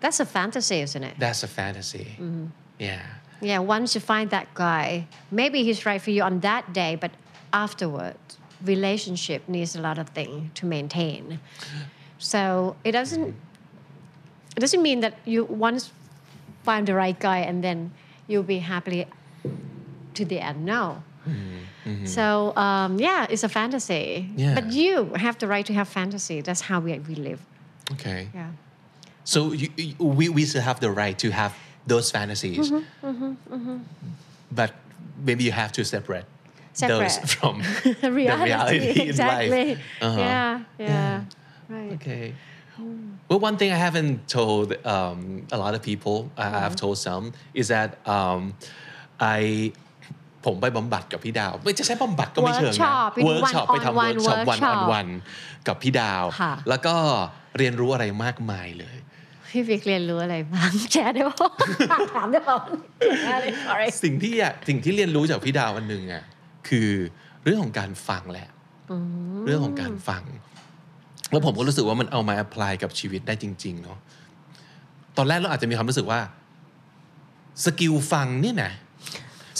That's a fantasy isn't it that's a fantasy Mm-hmm. yeah Yeah, once you find that guy, maybe he's right for you on that day, but afterward, relationship needs a lot of things to maintain. So it doesn't it doesn't mean that you once find the right guy and then you'll be happily to the end. No. So um, yeah, it's a fantasy. Mm-hmm, Yeah. But you have the right to have fantasy. That's how we, we live. okay Yeah. so you, you- we we still have the right to have those fantasies Mm-hmm. but maybe you have to separate, those Separate. from The reality, reality in exactly. life. Uh-huh. Yeah, yeah. Right. Okay. Well, one thing I haven't told um, a lot of people, I I've told some, is that um, I ผมไปบำบัดกับพี่ดาว ไม่จะใช้บำบัดก็ไม่เชิงนะ Workshop เป็น Workshop ไปทำ one-on-one workshop one on workshop one กับพี่ดาว ค่ะ แล้วก็เรียนรู้อะไรมากมายเลย พี่วิกเรียนรู้อะไรบ้าง แชร์ได้ป่าวถามได้ป่าวอะไร sorry สิ่งที่อยากสิ่งที่เรียนรู้จากพี่ดาววันหนึ่งอ่ะคือเรื่องของการฟังแหละ เรื่องของการฟัง แล้วผมก็รู้สึกว่ามันเอามา apply กับชีวิตได้จริง ๆ เนาะตอนแรกเราอาจจะมีความรู้สึกว่า สกิลฟังเนี่ยนะ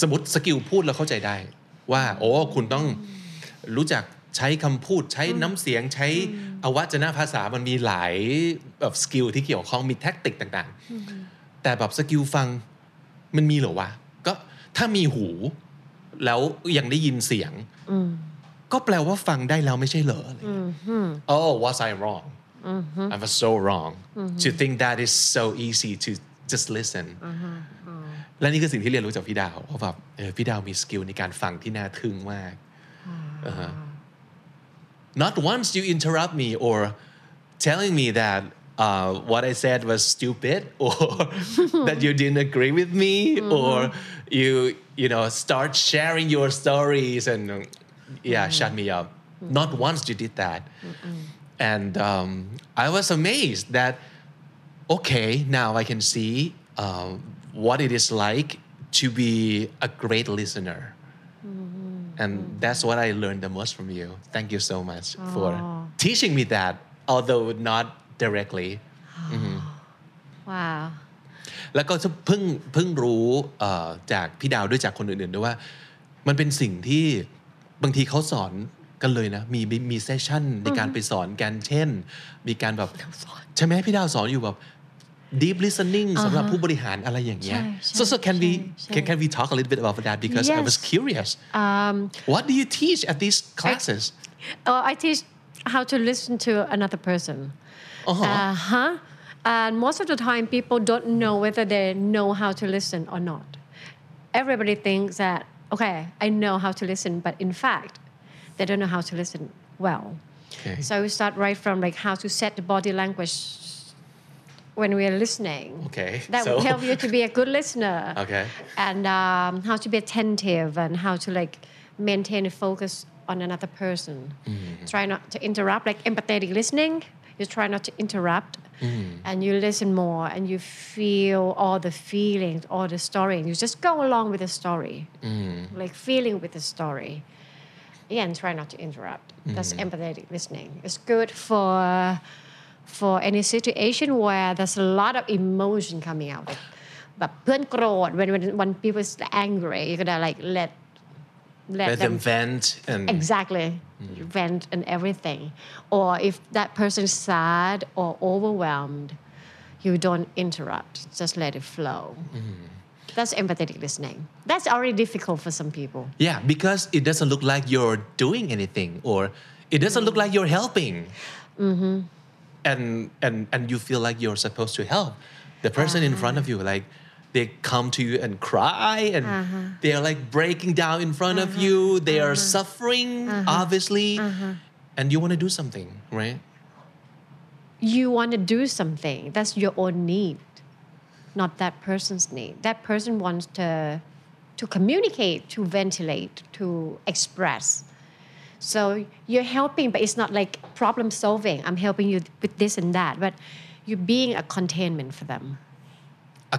สมมติสกิลพูดเราเข้าใจได้ ว่า โอ้คุณต้องรู้จักใช้คำพูด ใช้น้ำเสียงใช้อวัจนภาษามันมีหลายแบบสกิลที่เกี่ยวข้องมีแท็กติกต่างๆ แต่แบบสกิลฟัง มันมีเหรอวะ ก็ถ้ามีหู แล้วยังได้ยินเสียง ก็แปลว่าฟังได้แล้วไม่ใช่เหรออะไรเงี้ย oh was I wrong I was so wrong to think that is so easy to just listen และนี่คือสิ่งที่เรียนรู้จากพี่ดาวว่าแบบเออพี่ดาวมีสกิลในการฟังที่น่าทึ่งมากอ่าฮะ not once you interrupt me or telling me that uh, what I said was stupid or that you didn't agree with me or you you know start sharing your stories and yeah shut me up not once you did that and um, I was amazed that okay, now I can see um, what it is like to be a great listener. And that's what I learned the most from you. Thank you so much for teaching me that, although not directly. ว้าว แล้วก็เพิ่งเพิ่งรู้เอ่อจากพี่ดาวด้วยจากคนอื่นๆด้วยว่า มันเป็นสิ่งที่บางทีเขาสอนกันเลยนะ มีมีมีเซสชั่นในการไปสอนกันเช่น มีการแบบ ใช่ไหมพี่ดาวสอนอยู่แบบ deep listening สำหรับผู้บริหารอะไรอย่างเงี้ย ใช่ใช่ so so can we ใช่ can can we talk a little bit about that because I was Yes. curious what do you teach at these classes Um, oh I teach how to listen to another person Uh-huh. uh huh and most of the time people don't know whether they know how to listen or not everybody thinks that okay I know how to listen but in fact they don't know how to listen well okay so we start right from like how to set the body language when we are listening okay that so will help you to be a good listener okay and um, how to be attentive and how to like maintain a focus on another person. Mm-hmm. Try not to interrupt, like empathetic listening. You try not to interrupt, Mm-hmm. and you listen more, and you feel all the feelings, all the story, and you just go along with the story, Mm-hmm. like feeling with the story. Yeah, and try not to interrupt. That's empathetic listening. It's good for for any situation where there's a lot of emotion coming out. Like, แบบเพื่อนโกรธ when when when people is angry you gotta like let let let them them Mm. vent and exactly vent and everything or if that person is sad or overwhelmed you don't interrupt just let it flow Mm. that's empathetic listening that's already difficult for some people Yeah, because it doesn't look like you're doing anything, or it doesn't look like you're helping. And and and you feel like you're supposed to help, the person in front of you like they come to you and cry and they are like breaking down in front of you they are suffering obviously and you want to do something right you want to do something that's your own need not that person's need that person wants to to communicate to ventilate to express so you're helping but it's not like problem solving i'm helping you with this and that but you're being a containment for them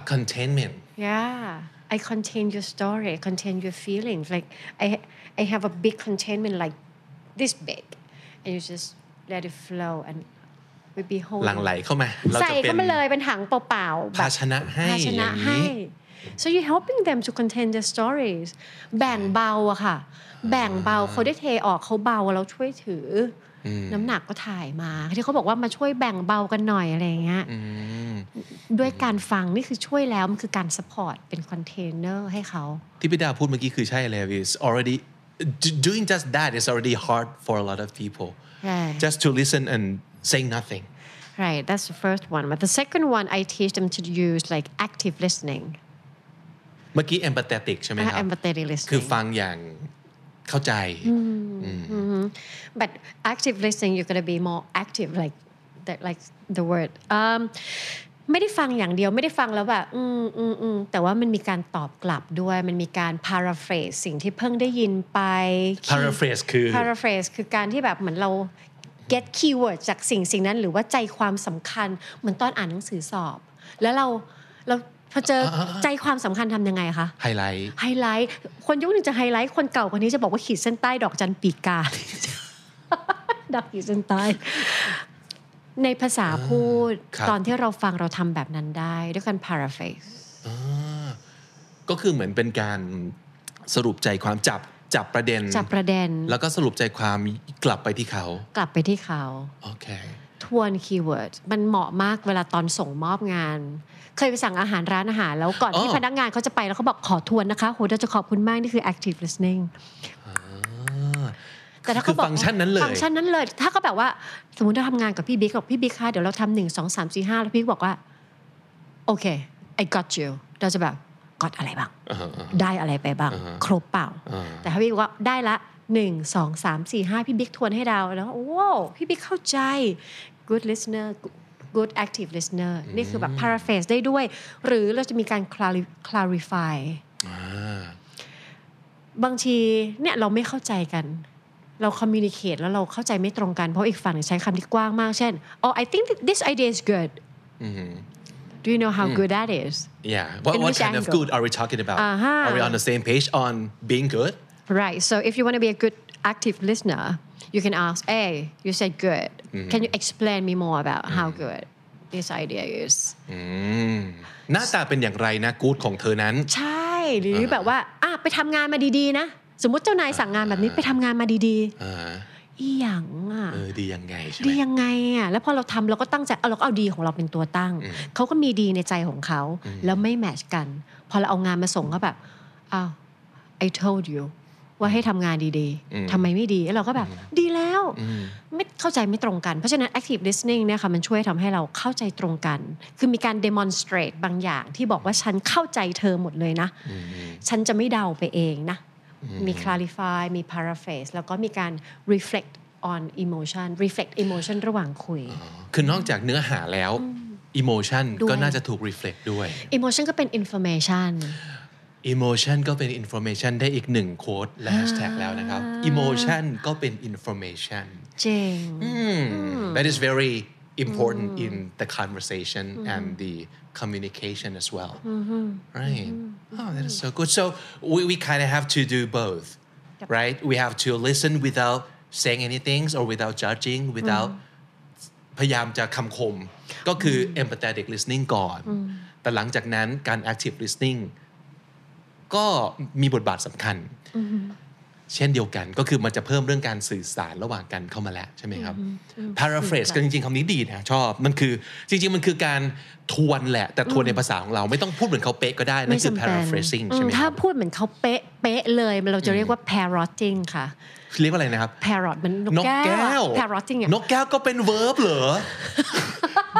a containment yeah i contain your story i contain your feelings like i i have a big containment like this big and you just let it flow and we be whole หลังไหลเข้ามาเรา ใส่ จะเป็น เข้ามาเลยเป็นถังเปล่าๆแบบ ภาชนะให้ ภาชนะ อย่างนี้ ให้ so you helping them to contain their stories แบ่งเบาอะค่ะ แบ่งเบาเขาได้เทออกเขาเบาเราช่วยถืออน้ำหนักก็ถ่ายมา ที่เขาบอกว่ามาช่วยแบ่งเบากันหน่อยอะไรอย่างเงี้ย อืม ด้วยการฟังนี่คือช่วยแล้ว มันคือการ support เป็นคอนเทนเนอร์ให้เขา ที่พี่ดาพูดเมื่อกี้คือใช่เลย is already do- doing just that is already hard for a lot of people ใช่ just to listen and saying nothing right that's the first one but the second one I teach them to use like active listening เมื่อกี้ empathetic ใช่ไหมค นะ รับ empathetic listening คือฟังอย่างเข้าใจ but active listening you're gonna be more active like that like the word um ไม่ได้ฟังอย่างเดียวไม่ได้ฟังแล้วแบบอืมอืมอืมแต่ว่ามันมีการตอบกลับด้วย มันมีการ paraphrase สิ่งที่เพิ่งได้ยินไป paraphrase คือ paraphrase คือการที่แบบเหมือนเรา get keyword จากสิ่งสิ่งนั้น หรือว่าใจความสำคัญ เหมือนตอนอ่านหนังสือสอบ แล้วเราเราพอเจอใจความสำคัญทำยังไงคะ ไฮไลท์ ไฮไลท์ คนยุคหนึ่งจะไฮไลท์ คนเก่ากว่านี้จะบอกว่าขีดเส้นใต้ดอกจันปีกา ดอกขีดเส้นใต้ ในภาษาพูด ครับ ตอนที่เราฟังเราทำแบบนั้นได้ด้วยการ paraphrase ก็คือเหมือนเป็นการสรุปใจความจับจับประเด็น จับประเด็น แล้วก็สรุปใจความกลับไปที่เขา กลับไปที่เขา โอเค ทวนคีย์เวิร์ดมันเหมาะมากเวลาตอนส่งมอบงาน เคยไปสั่งอาหารร้านอาหาร แล้วก่อนที่ อ๋อ พนักงานเขาจะไปแล้วเขาบอกขอทวนนะคะโหเดี๋ยวจะขอบคุณมาก นี่คือ active listening แต่ถ้า คื เขา อ บอก ฟังก์ชันนั้นเลย ฟังก์ชันนั้นเลย ถ้าเขาแบบว่า สมมติเราทำงานกับพี่บิ๊กบอกพี่บิ๊กคะเดี๋ยวเราทำหนึ่งสองสามสี่ห้าแล้วพี่บอกว่า โอเค I got you เราจะแบบ got อะไรบ้าง ได้อะไรไปบ้าง ครบเปล่า แต่ถ้าพี่บอกว่าได้ละหนึ่งสองสามสี่ห้าพี่บิ๊กทวนให้เราแล้วโอ้วพี่บิ๊กเข้าใจ good listener good active listener นี่คือแบบ paraphrase ได้ด้วย หรือเราจะมีการ clari- clarify บางทีเนี่ยเราไม่เข้าใจกัน เราคอมมิ n นิเค e แล้วเราเข้าใจไม่ตรงกัน เพราะอีกฝั่งใช้คำที่กว้างมาก เช่น oh I think that this idea is good do you know how good that is yeah what In what which kind of angle? good are we talking about Aha. are we on the same page on being good Right. So if you want to be a good active listener, you can ask, hey, you said good. Can you explain me more about how good this idea is? หน้าตาเป็นอย่างไรนะกู๊ดของเธอนั้น ใช่ หรือแบบว่าอ่ะไปทำงานมาดีๆนะ สมมติเจ้านายสั่งงานแบบนี้ไปทำงานมาดี อ่า ๆ อีหยังอ่ะ เออดียังไงใช่ไห ดี ม ยังไงอ่ะ แล้วพอเราทำเราก็ตั้งใจเอาเราก็เอาดีของเราเป็นตัวตั้ง เขาก็มีดีในใจของเขา แล้วไม่แมทชกัน พอเราเอางานมาส่งก็แบบ อ้าว I told you ว่าให้ทำงานดีๆทำไมไม่ดีแล้วเราก็แบบ ดีแล้ว ไม่เข้าใจไม่ตรงกัน เพราะฉะนั้น active listening เนี่ยค่ะ มันช่วยทำให้เราเข้าใจตรงกัน คือมีการ demonstrate บางอย่างที่บอกว่าฉันเข้าใจเธอหมดเลยนะ ฉันจะไม่เดาไปเองนะ มี clarify มี paraphrase แล้วก็มีการ reflect on emotion reflect emotion ระหว่างคุย คือนอกจากเนื้อหาแล้ว emotion ด้วย ก็น่าจะถูก reflect ด้วย emotion ก็เป็น information emotion ก็เป็น information ได้อีกหนึ่งโค้ดและ hashtag แล้วนะครับ emotion ก็เป็น information เจ๋ง that is very important in the conversation and the communication as well right oh that is so good so we, we kind of have to do both right we have to listen without saying anything or without judging without พยายามจะคำคมก็คืออ empathetic listening ก่อน แต่หลังจากนั้นการ active listening ก็มีบทบาทสำคัญ เช่นเดียวกันก็คือมันจะเพิ่มเรื่องการสื่อสารระหว่างกันเข้ามาแล้วใช่ไหมครับ paraphrase ก็จริงๆคำนี้ดีนะชอบ มันคือจริง ๆ มันคือการทวนแหละ แต่ทวนในภาษาของเราไม่ต้องพูดเหมือนเขาเป๊ะก็ได้ นั่นคือ ไม่จำเป็ paraphrasing อื ใช่ ม ไหมค ถ้า รับ พูดเหมือนเขาเป๊ะเป๊ะเลย เราจะเรียกว่า parroting ค่ะ เรียกว่าอะไรนะครับ parrot มันนก นก แก้ แก้ ว ว อะ parroting อะ นกแก้วก็เป็น verb เหรอ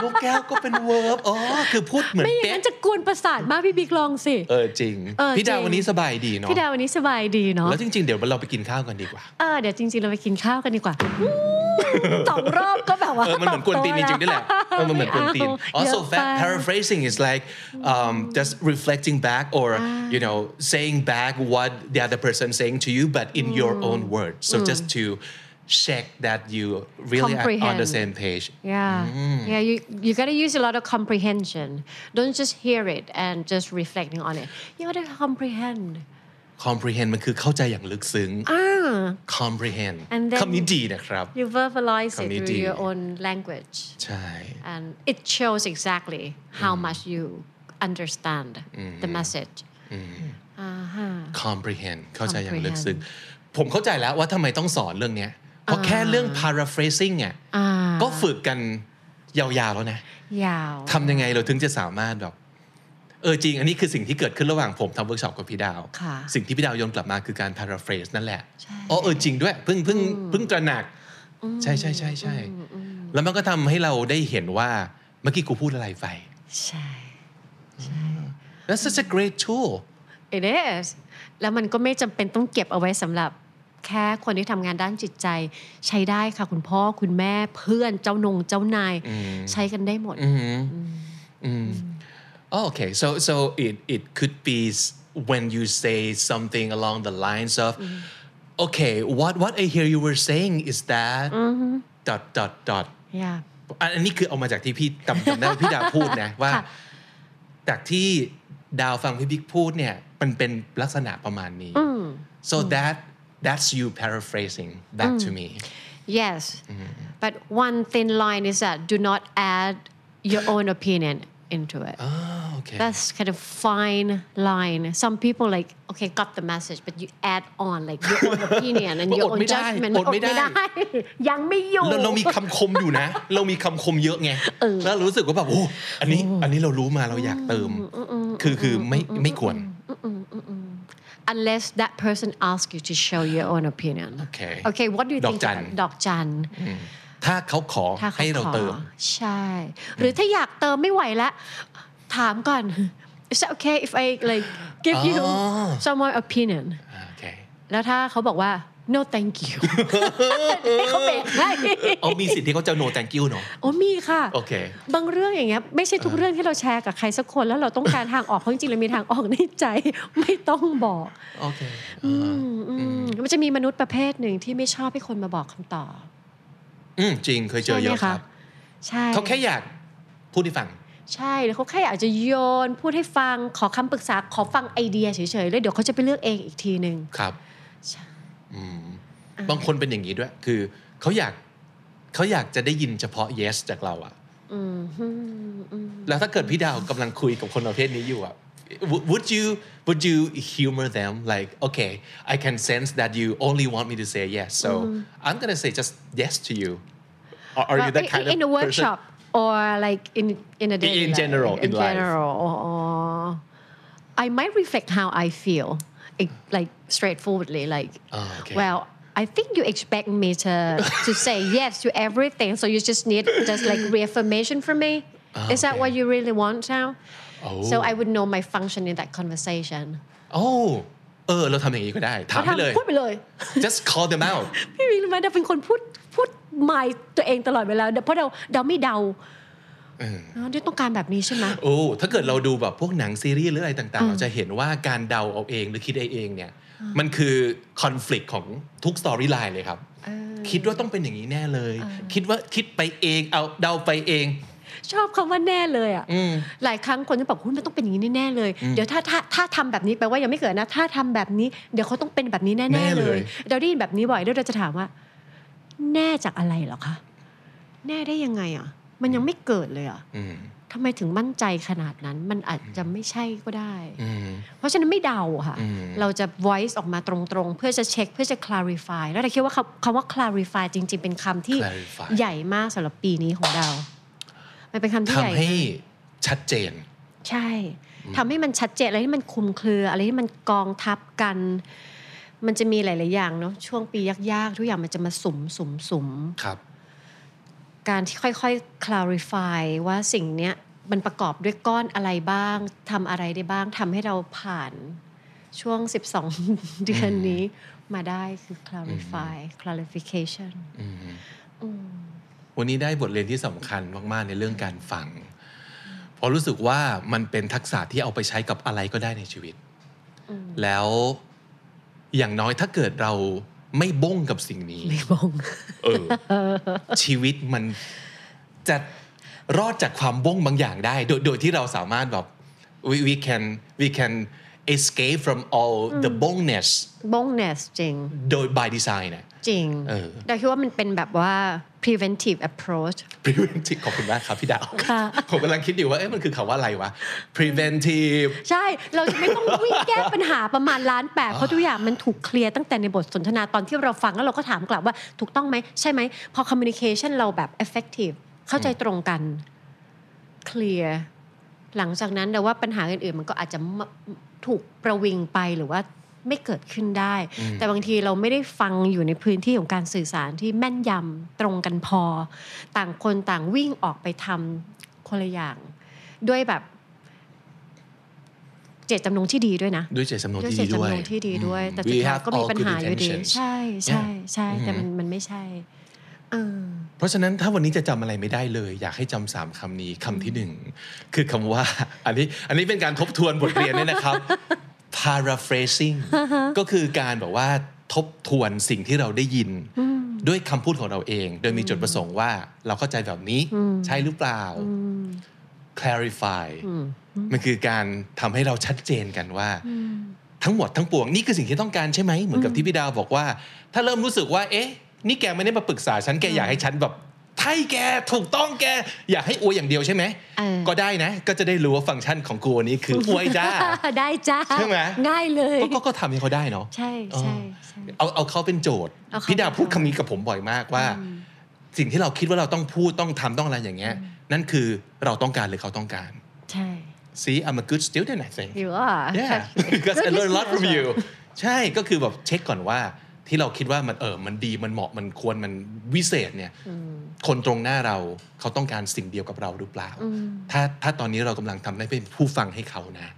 นกแก้วก็เป็น verb อ๋อ คือพูดเหมือน ไม่อย่าง เป๊ะ นั้นจะกวนประสาทมากพี่บิ๊กลองสิ เออจริง เออ พี่ดาว จริง วันนี้สบายดีเนาะ พี่ดาววันนี้สบายดีเนาะ แล้วจริง ๆ เดี๋ยวเราไปกินข้าวกันดีกว่า เออเดี๋ยวจริง ๆ เราไปกินข้าวกันดี กว่าอืมสองรอบก็แบบว่า เออมันเหมือนกวนตีนจริงๆนี่แหละเออมันเหมือนกวนตีน ไม่เา also เยอะไป that paraphrasing is like um, just reflecting back or you know saying back what the other person saying to you but in your own words so just to check that you really are on the Comprehend. same page Yeah. Mm. Yeah, you you gotta use a lot of comprehension. Don't just hear it and just reflecting on it. You gotta comprehend. comprehend มันคือเข้าใจอย่างลึกซึ้ง Ah. comprehend And then- คำนี้ดีนะครับ You verbalize it through Community. your own language. ใช่ And it shows exactly how Mm. much you understand the Mm-hmm. message. Uh-huh. comprehend เข้าใจอย่างลึกซึ้งผมเข้าใจแล้วว่าทำไมต้องสอนเรื่องเนี้ยเพราะแค่เรื่อง paraphrasing เนี่ย อ่า ก็ฝึกกันยาวๆแล้วนะ Yeah. ทำยังไงเราถึงจะสามารถแบบเออจริง อันนี้คือสิ่งที่เกิดขึ้นระหว่างผมทำเวิร์กช็อปกับพี่ดาว ค่ะ สิ่งที่พี่ดาวโยนกลับมาคือการ paraphrase นั่นแหละ ใช่ อ๋อเออจริงด้วยเพิ่งเพิ่งเพิ่งตระหนัก ใช่ใช่ใช่ใช่แล้วมันก็ทำให้เราได้เห็นว่าเมื่อกี้กูพูดอะไรไป ใช่ That's such a great tool It is แล้วมันก็ไม่จำเป็นต้องเก็บเอาไว้สำหรับแค่คนที่ทำงานด้านจิตใจ ใช้ได้ค่ะคุณพ่อคุณแม่เพื่อนเจ้านงเจ้านาย ใช้กันได้หมด Oh, okay. So so it it could be s- when you say something along the lines of, okay, what what I hear you were saying is that dot dot dot. yeah อันอันนี้คือเอามาจากที่พี่จำจำได้ว่าพี่ดาวพูดนะ ว่า ค่ะ จากที่ดาวฟังพี่บิ๊กพูดเนี่ยมันเป็นลักษณะประมาณนี้ so that that's you paraphrasing back to me yes but one thin line is that do not add your own opinion into it oh okay that's kind of fine line some people like okay got the message but you add on like your own opinion and your อด own ไม่ได้ judgment อดไม่ได้ ยังไม่อยู่ เราเรามีคำคมอยู่นะ เรามีคำคมเยอะไง แล้วรู้สึกว่าแบบโอ้อันนี้อันนี้เรารู้มาเราอยากเติม คือคือไม่ไม่ควร unless that person asks you to show your own opinion Okay. okay what do you ดอก think จัน about- ดอกจัน ถ้าเขาขอ ถ้าข ให้เราเติม ใช่ หรือถ้าอยากเติมไม่ไหวละถามก่อน is that okay if I like give you อ๋อ some more opinion โอเค แล้วถ้าเขาบอกว่า no thank you ให้เขาเบรกให้ เอามีสิทธิ์ที่เขาจะโน thank you เนาะ โอ้มีค่ะ โอเค บางเรื่องอย่างเงี้ยไม่ใช่ทุกเรื่องที่เราแชร์กับใครสักคนแล้วเราต้องการทางออกเพราะจริงๆเรามีทางออกในใจ ไม่ต้องบอก โอเค อืมมันจะมีมนุษย์ประเภทหนึ่งที่ไม่ชอบให้คนมาบอกคำตอบ อืมจริงเคยเจอเยอะครับ ใช่ เขาแค่อยากพูดให้ฟัง ใช่แล้วเขาแค่อาจจะโยน พูดให้ฟังขอคำปรึกษาขอฟังไอเดียเฉยๆแล้วเดี๋ยวเขาจะไปเลือกเองอีกทีหนึ่ง ครับ ใช่ อืมบางคนเป็นอย่างนี้ด้วย คือเขาอยากเขาอยากจะได้ยินเฉพาะ yes จากเราอะแล้วถ้าเกิดพี่ดาวกำลังคุยกับคนประเภทนี้อยู่อะ Would- would you would you humor them like okay I can sense that you only want me to say yes so I'm gonna say just yes to you are, are you Well, that kind of in, in a person workshop or like in in a day In general, in in life. general or, or I might reflect how I feel like- like straightforwardly like Ah, okay. well I think you expect me to to say yes to everything so you just need just like reaffirmation from me is that Ah, okay. what you really want now Oh. so I would know my function in that conversation โอ้เออ เราทำอย่างนี้ก็ได้ ถามไปเลย พูดไปเลย just call them out พี่วิงรู้ไหมเราเป็นคนพูดพูดหมายตัวเองตลอดเวลาเพราะเราเดาไม่เดาเราได้ต้องการแบบนี้ใช่ไหม โอ้ถ้าเกิดเราดูแบบพวกหนังซีรีส์หรืออะไรต่างๆ เราจะเห็นว่าการเดาเอาเองหรือคิดเอาเองเนี่ย มันคือคอน FLICT ของทุกสตอรี่ไลน์เลยครับ คิดว่าต้องเป็นอย่างนี้แน่เลย คิดว่าคิดไปเองเอาเดาไปเอง ชอบคำว่าแน่เลยอ่ะหลายครั้งคนจะบอกคุณมันต้องเป็นอย่างนี้แน่ๆเลย เดี๋ยวถ้าถ้าถ้าทำแบบนี้แปลว่ายังไม่เกิดนะ ถ้าทำแบบนี้ เดี๋ยวเขาต้องเป็นแบบนี้ แน่ แน่ๆ เล เลย ย เราได้ยินแบบนี้บ่อยแล้วเราจะถามว่า แน่จากอะไรเหรอคะแน่ได้ยังไงอ่ะ มันยังไม่เกิดเลยอ่ะ อืม ทำไมถึงมั่นใจขนาดนั้น มันอาจจะไม่ใช่ก็ได้ อืม เพราะฉะนั้นไม่เดาค่ะ อืม เราจะ voice ออกมาตรงๆ เพื่อจะเช็คเพื่อจะ clarify แล้วเราคิดว่าคำคำว่า clarify จริง ๆ เป็นคำที่ Clarify ใหญ่มากสำหรับปีนี้ของเรา มันเป็นคำที่ใหญ่ ทำให้ชัดเจน ใช่ทำให้มันชัดเจนอะไรที่มันคลุมเครือ อะไรที่มันกองทับกัน มันจะมีหลาย ๆ อย่างเนาะช่วงปียากๆ ทุกอย่างมันจะมาสุมสุมสุม ครับ ๆ การที่ค่อยๆ clarify ว่าสิ่งเนี้ยมันประกอบด้วยก้อนอะไรบ้างทำอะไรได้บ้างทำให้เราผ่านช่วง 12 เดือนนี้มาได้คือ clarify clarification วันนี้ได้บทเรียนที่สำคัญมาก ๆ ในเรื่องการฟัง เพราะรู้สึกว่ามันเป็นทักษะที่เอาไปใช้กับอะไรก็ได้ในชีวิต แล้วอย่างน้อยถ้าเกิดเราไม่บงกับสิ่งนี้ ไม่บง เออ ชีวิตมันจะรอดจากความบงบางอย่างได้ โดยโดยที่เราสามารถแบบ we we can we can escape from all the bongness บงเนสจริง โดย by design นะ จริง เออ ดาวคิดว่ามันเป็นแบบว่า preventive approach preventive ขอบคุณมากครับพี่ดาว ผมกำลังคิดอยู่ว่า เอ๊ะมันคือคำว่าอะไรวะ preventive ใช่ เราจะไม่ต้องวิ่งแก้ปัญหาประมาณล้านแปดเพราะทุกอย่างมันถูกเคลียร์ตั้งแต่ในบทสนทนาตอนที่เราฟังแล้วเราก็ถามกลับว่าถูกต้องไหม ใช่ไหม พอ communication เราแบบ effective เข้าใจตรงกันเคลียร์หลังจากนั้นเราว่าปัญหาอื่นๆ มันก็อาจจะมถูกประวิงไปหรือว่าไม่เกิดขึ้นได้ แต่บางทีเราไม่ได้ฟังอยู่ในพื้นที่ของการสื่อสารที่แม่นยำตรงกันพอ ต่างคนต่างวิ่งออกไปทำคนละอย่าง ด้วยแบบ เจตจำนงที่ดีด้วยนะ ด้วยเจตจำนง ด้วย ที่ดีเจต ด้ว จำ ย นงที่ดีด้วย แต่ We สุดท้าย have ก็มี all ปัญ good หาอยู่ดี intentions ใช่ใช่ใช่ Yeah. แต่มันมันไม่ใช่เออ เพราะฉะนั้นถ้าวันนี้จะจำอะไรไม่ได้เลย อยากให้จำสามคำนี้คำที่หนึ่งคือคำว่า อันนี้อันนี้เป็นการทบทวนบทเรียนด้วยนะครับ paraphrasing ก็คือการแบบว่าทบทวนสิ่งที่เราได้ยิน ด้วยคำพูดของเราเอง โดยมีจุดประสงค์ว่าเราเข้าใจแบบนี้ใช่หรือเปล่า clarify มันคือการทำให้เราชัดเจนกันว่า ทั้งหมดทั้งปวงนี่คือสิ่งที่ต้องการใช่ไหมเหมือนกับที่พี่ดาวบอกว่า ถ้าเริ่มรู้สึกว่า เอ๊ะ นี่แกไม่ได้มาปรึกษาฉันแกอยากให้ฉันแบบใช่แกถูกต้องแกอยากให้อวยอย่างเดียวใช่ไหมก็ได้นะ ก็จะได้รู้ว่าฟังก์ชันของกูอันนี้ คืออวยจ้า ได้จ้า ใช่ไหม ง่ายเลย ก็ก็ก็ทำให้เขาได้เนาะ ใช่ เออ ใช่ใช่ เอาเอาเขาเป็นโจทย์ เอาเขา พี่ดาว เป็นโจทย์ พูดคำนี้กับผมบ่อยมากว่า สิ่งที่เราคิดว่าเราต้องพูดต้องทำต้องอะไรอย่างเงี้ย นั่นคือเราต้องการหรือเขาต้องการ ใช่ see I'm a good student I think อยู่ว่า yeah because I learn a lot from you ใช่ก็คือแบบเช็คก่อนว่าที่เราคิดว่ามันเออมันดีมันเหมาะมันควรมันวิเศษเนี่ยคนตรงหน้าเราเขาต้องการสิ่งเดียวกับเราหรือเปล่า ถ้าถ้าตอนนี้เรากำลังทำได้เป็นผู้ฟังให้เขานะ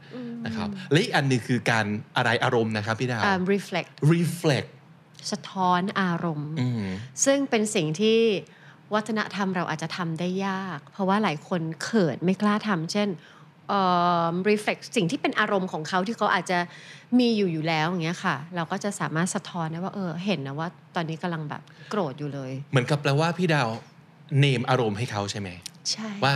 นะครับและอีกอันหนึงคือการอะไรอารมณ์นะครับพี่ดาว อ่า reflect reflect สะท้อนอารมณ์ อืม ซึ่งเป็นสิ่งที่วัฒนธรรมเราอาจจะทำได้ยาก เพราะว่าหลายคนเขินไม่กล้าทำเช่นเอ่อ reflect สิ่งที่เป็นอารมณ์ของเขาที่เขาอาจจะมีอยู่อยู่แล้วอย่างเงี้ยค่ะ เราก็จะสามารถสะท้อนได้ว่าเออเห็นนะว่าตอนนี้กำลังแบบโกรธอยู่เลย เหมือนกับแปลว่าพี่ดาวเนมอารมณ์ให้เขาใช่ไหม ใช่ ว่า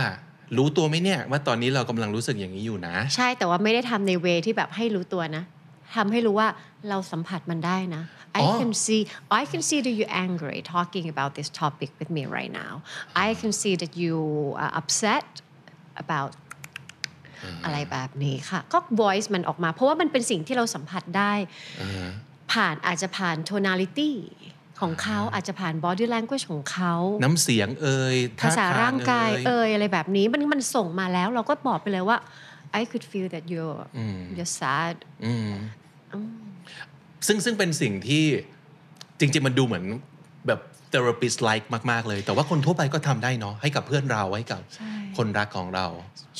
รู้ตัวไหมเนี่ยว่าตอนนี้เรากำลังรู้สึกอย่างนี้อยู่นะ ใช่แต่ว่าไม่ได้ทำในเวที่แบบให้รู้ตัวนะทำให้รู้ว่าเราสัมผัสมันได้นะ I อ๋อ can see I can see that you're angry talking about this topic with me right now I can see that you are upset about อะไรแบบนี้ค่ะ ก็ voice มันออกมา เพราะว่ามันเป็นสิ่งที่เราสัมผัสได้ ผ่านอาจจะผ่าน tonality ของเขาอาจจะผ่าน body language ของเขา น้ำเสียงเอ่ย ภาษาร่างกาย ท่ท เอ่ยอะไรแบบนี้มันมันส่งมาแล้วเราก็บอกไปเลยว่า I could feel that you're you're sad อืมซึ่งซึ่งเป็นสิ่งที่จริง ๆ มันดูเหมือนแบบ therapist like มาก ๆ เลย แต่ว่าคนทั่วไปก็ทำได้เนาะให้กับเพื่อนเราให้กับ ใช่ คนรักของเรา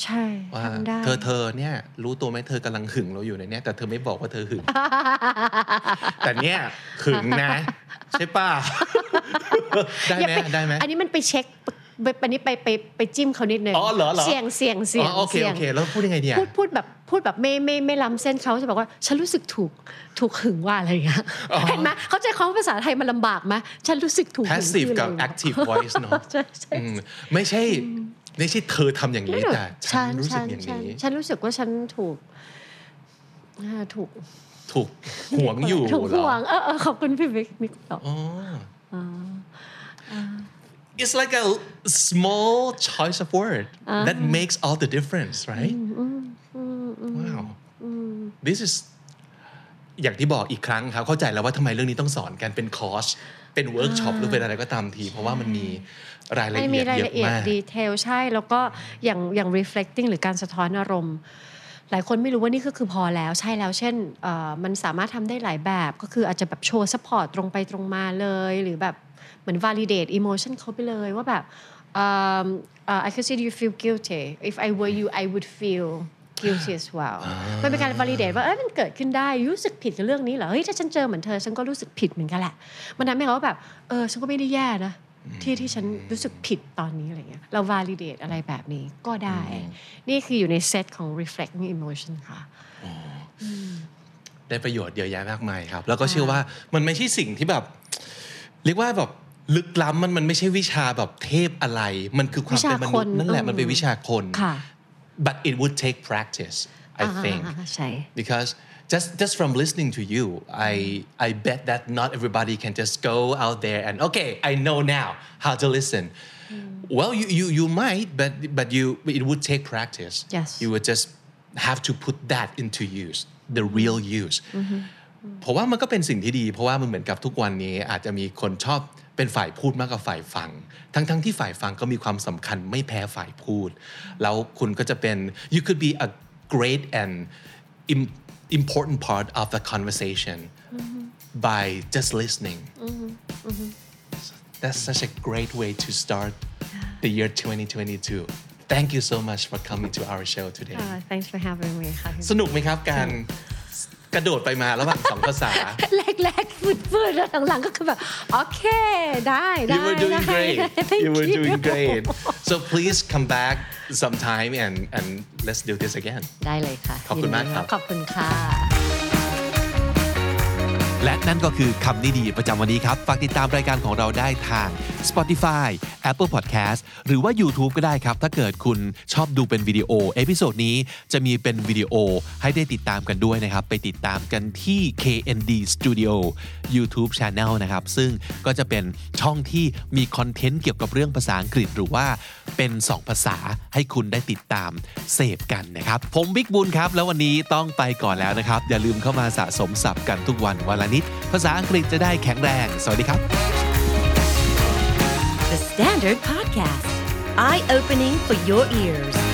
ใช่ ว่า ทำได้ เธอเธอเนี่ย รู้ตัวไหมเธอกำลังหึงเราอยู่ในเนี่ยแต่เธอไม่บอกว่าเธอหึง แต่เนี่ยหึงนะ ใช่ ป่ะ ได้ อย่า ไหม ป ได้ไหม อันนี้มันไปเช็คไปอันนี้ไปไปไปจิ้มเขานิดนึง อ๋อเหรอเหรอ เสียงเสียงเสียง อ๋อโอเค สีย โอง เค แล้วพูดยังไงเนี่ย พูดพูดแบบพูดแบบไม่ไม่ไม่ล้ำเส้นเขาจะบอกว่า ฉันรู้สึกถูกถูกหึงว่าอะไรอย่างเงี้ยเห็นไหมเข้าใจความภาษาไทยมันลำบากไหมฉันรู้สึกถูกหึง พาสซีฟ คืออะ กับ ไรวะ active voice เนาะ ใช่ใช่ อืมไม่ใช่ไม่ใช่เธอทำอย่างนี้แต่ฉันรู้สึกอย่าง ฉั นี้ ฉันรู้สึกว่าฉันถูกอ่าถูก ถูกห่วงอยู่ ถูก เหร ห่ว อ งเออเออขอบคุณพี่บิ๊กมิกตอบ It's like a small choice of word that makes all the difference right wow this is อย่างที่บอกอีกครั้งครับเข้าใจแล้วว่าทำไมเรื่องนี้ต้องสอนกันเป็นคอร์สเป็นเวิร์กช็อปหรือเป็นอะไรก็ตามที เพราะว่ามันมีรายละ ไม่ เอี มี ยด ราย เย ละ อะ เอียด มาก ดีเทลใช่ แล้วก็อย่างอย่าง reflecting หรือการสะท้อนอารมณ์ หลายคนไม่รู้ว่านี่ก็คือพอแล้วใช่แล้วเช่นเอ่อมันสามารถทำได้หลายแบบ ก็คืออาจจะแบบโชว์ support ตรงไปตรงมาเลย หรือแบบเหมือน validate emotion เขาไปเลยว่าแบบเ um, uh, I consider you feel guilty if I were you I would feel guilty as well มันเป็นการ validate ว่าเอ้ยมันเกิดขึ้นได้รู้สึกผิดกับเรื่องนี้เหรอเฮ้ยถ้าฉันเจอเหมือนเธอฉันก็รู้สึกผิดเหมือนกันแหละ มันทำให้เขาแบบเออฉันก็ไม่ได้แย่นะ ที่ที่ฉันรู้สึกผิดตอนนี้อะไรเงี้ยเรา validate อะไรแบบนี้ก็ได้ นี่คืออยู่ในเซตของ reflecting emotion ค่ะ ได้ประโยชน์เยอะแยะมากมายครับ แล้วก็เชื่อว่ามันไม่ใช่สิ่งที่แบบ เรียกว่าแบบลึกล้ำมันมันไม่ใช่วิชาแบบเทพอะไร มันคือความเป็นมนุษย์ วิชาคน นั่นแหละ อืม มันเป็นวิชาคน ค่ะ but it would take practice I อ่า think ใช่ because just just from listening to you I I bet that not everybody can just go out there and okay I know now how to listen well you you you might but but you it would take practice Yes. you would just have to put that into use the real use ผมว่ามันก็เป็นสิ่งที่ดี เพราะว่ามันเหมือนกับทุกวันนี้อาจจะมีคนชอบเป็นฝ่ายพูดมากกว่าฝ่ายฟัง ทั้งๆทที่ฝ่ายฟังก็มีความสำคัญไม่แพ้ฝ่ายพูด แล้วคุณก็จะเป็น you could be a great and im- important part of the conversation by just listening that's such a great way to start the year 2022 thank you so much for coming to our show today Uh, thanks for having me ค่ะ สนุกไหมครับการกระโดดไปมาระหว่างสองภาษา แรกๆฟืดๆแล้วหลังๆก็คือแบบ โอเค ได้ได้ you were doing ได้ great. ได้ Thank you were doing great. So please come back sometime and and let's do this again. ได้เลยค่ะ ขอบคุณมากครับ ยินดีขอบคุณค่ะ และนั่นก็คือคำนิดีประจำวันนี้ครับ ฝากติดตามรายการของเราได้ทาง Spotify Apple Podcast หรือว่า YouTube ก็ได้ครับ ถ้าเกิดคุณชอบดูเป็นวิดีโอ เอพิโซดนี้จะมีเป็นวิดีโอให้ได้ติดตามกันด้วยนะครับ ไปติดตามกันที่ KND Studio YouTube Channel นะครับ ซึ่งก็จะเป็นช่องที่มีคอนเทนต์เกี่ยวกับเรื่องภาษาอังกฤษหรือว่าเป็น 2 ภาษาให้คุณได้ติดตามเสพกันนะครับ ผมบิ๊กบุญครับ แล้ววันนี้ต้องไปก่อนแล้วนะครับ อย่าลืมเข้ามาสะสมศัพท์กันทุกวันวันละนิด ภาษาอังกฤษจะได้แข็งแรง สวัสดีครับ The Standard Podcast, eye opening for your ears.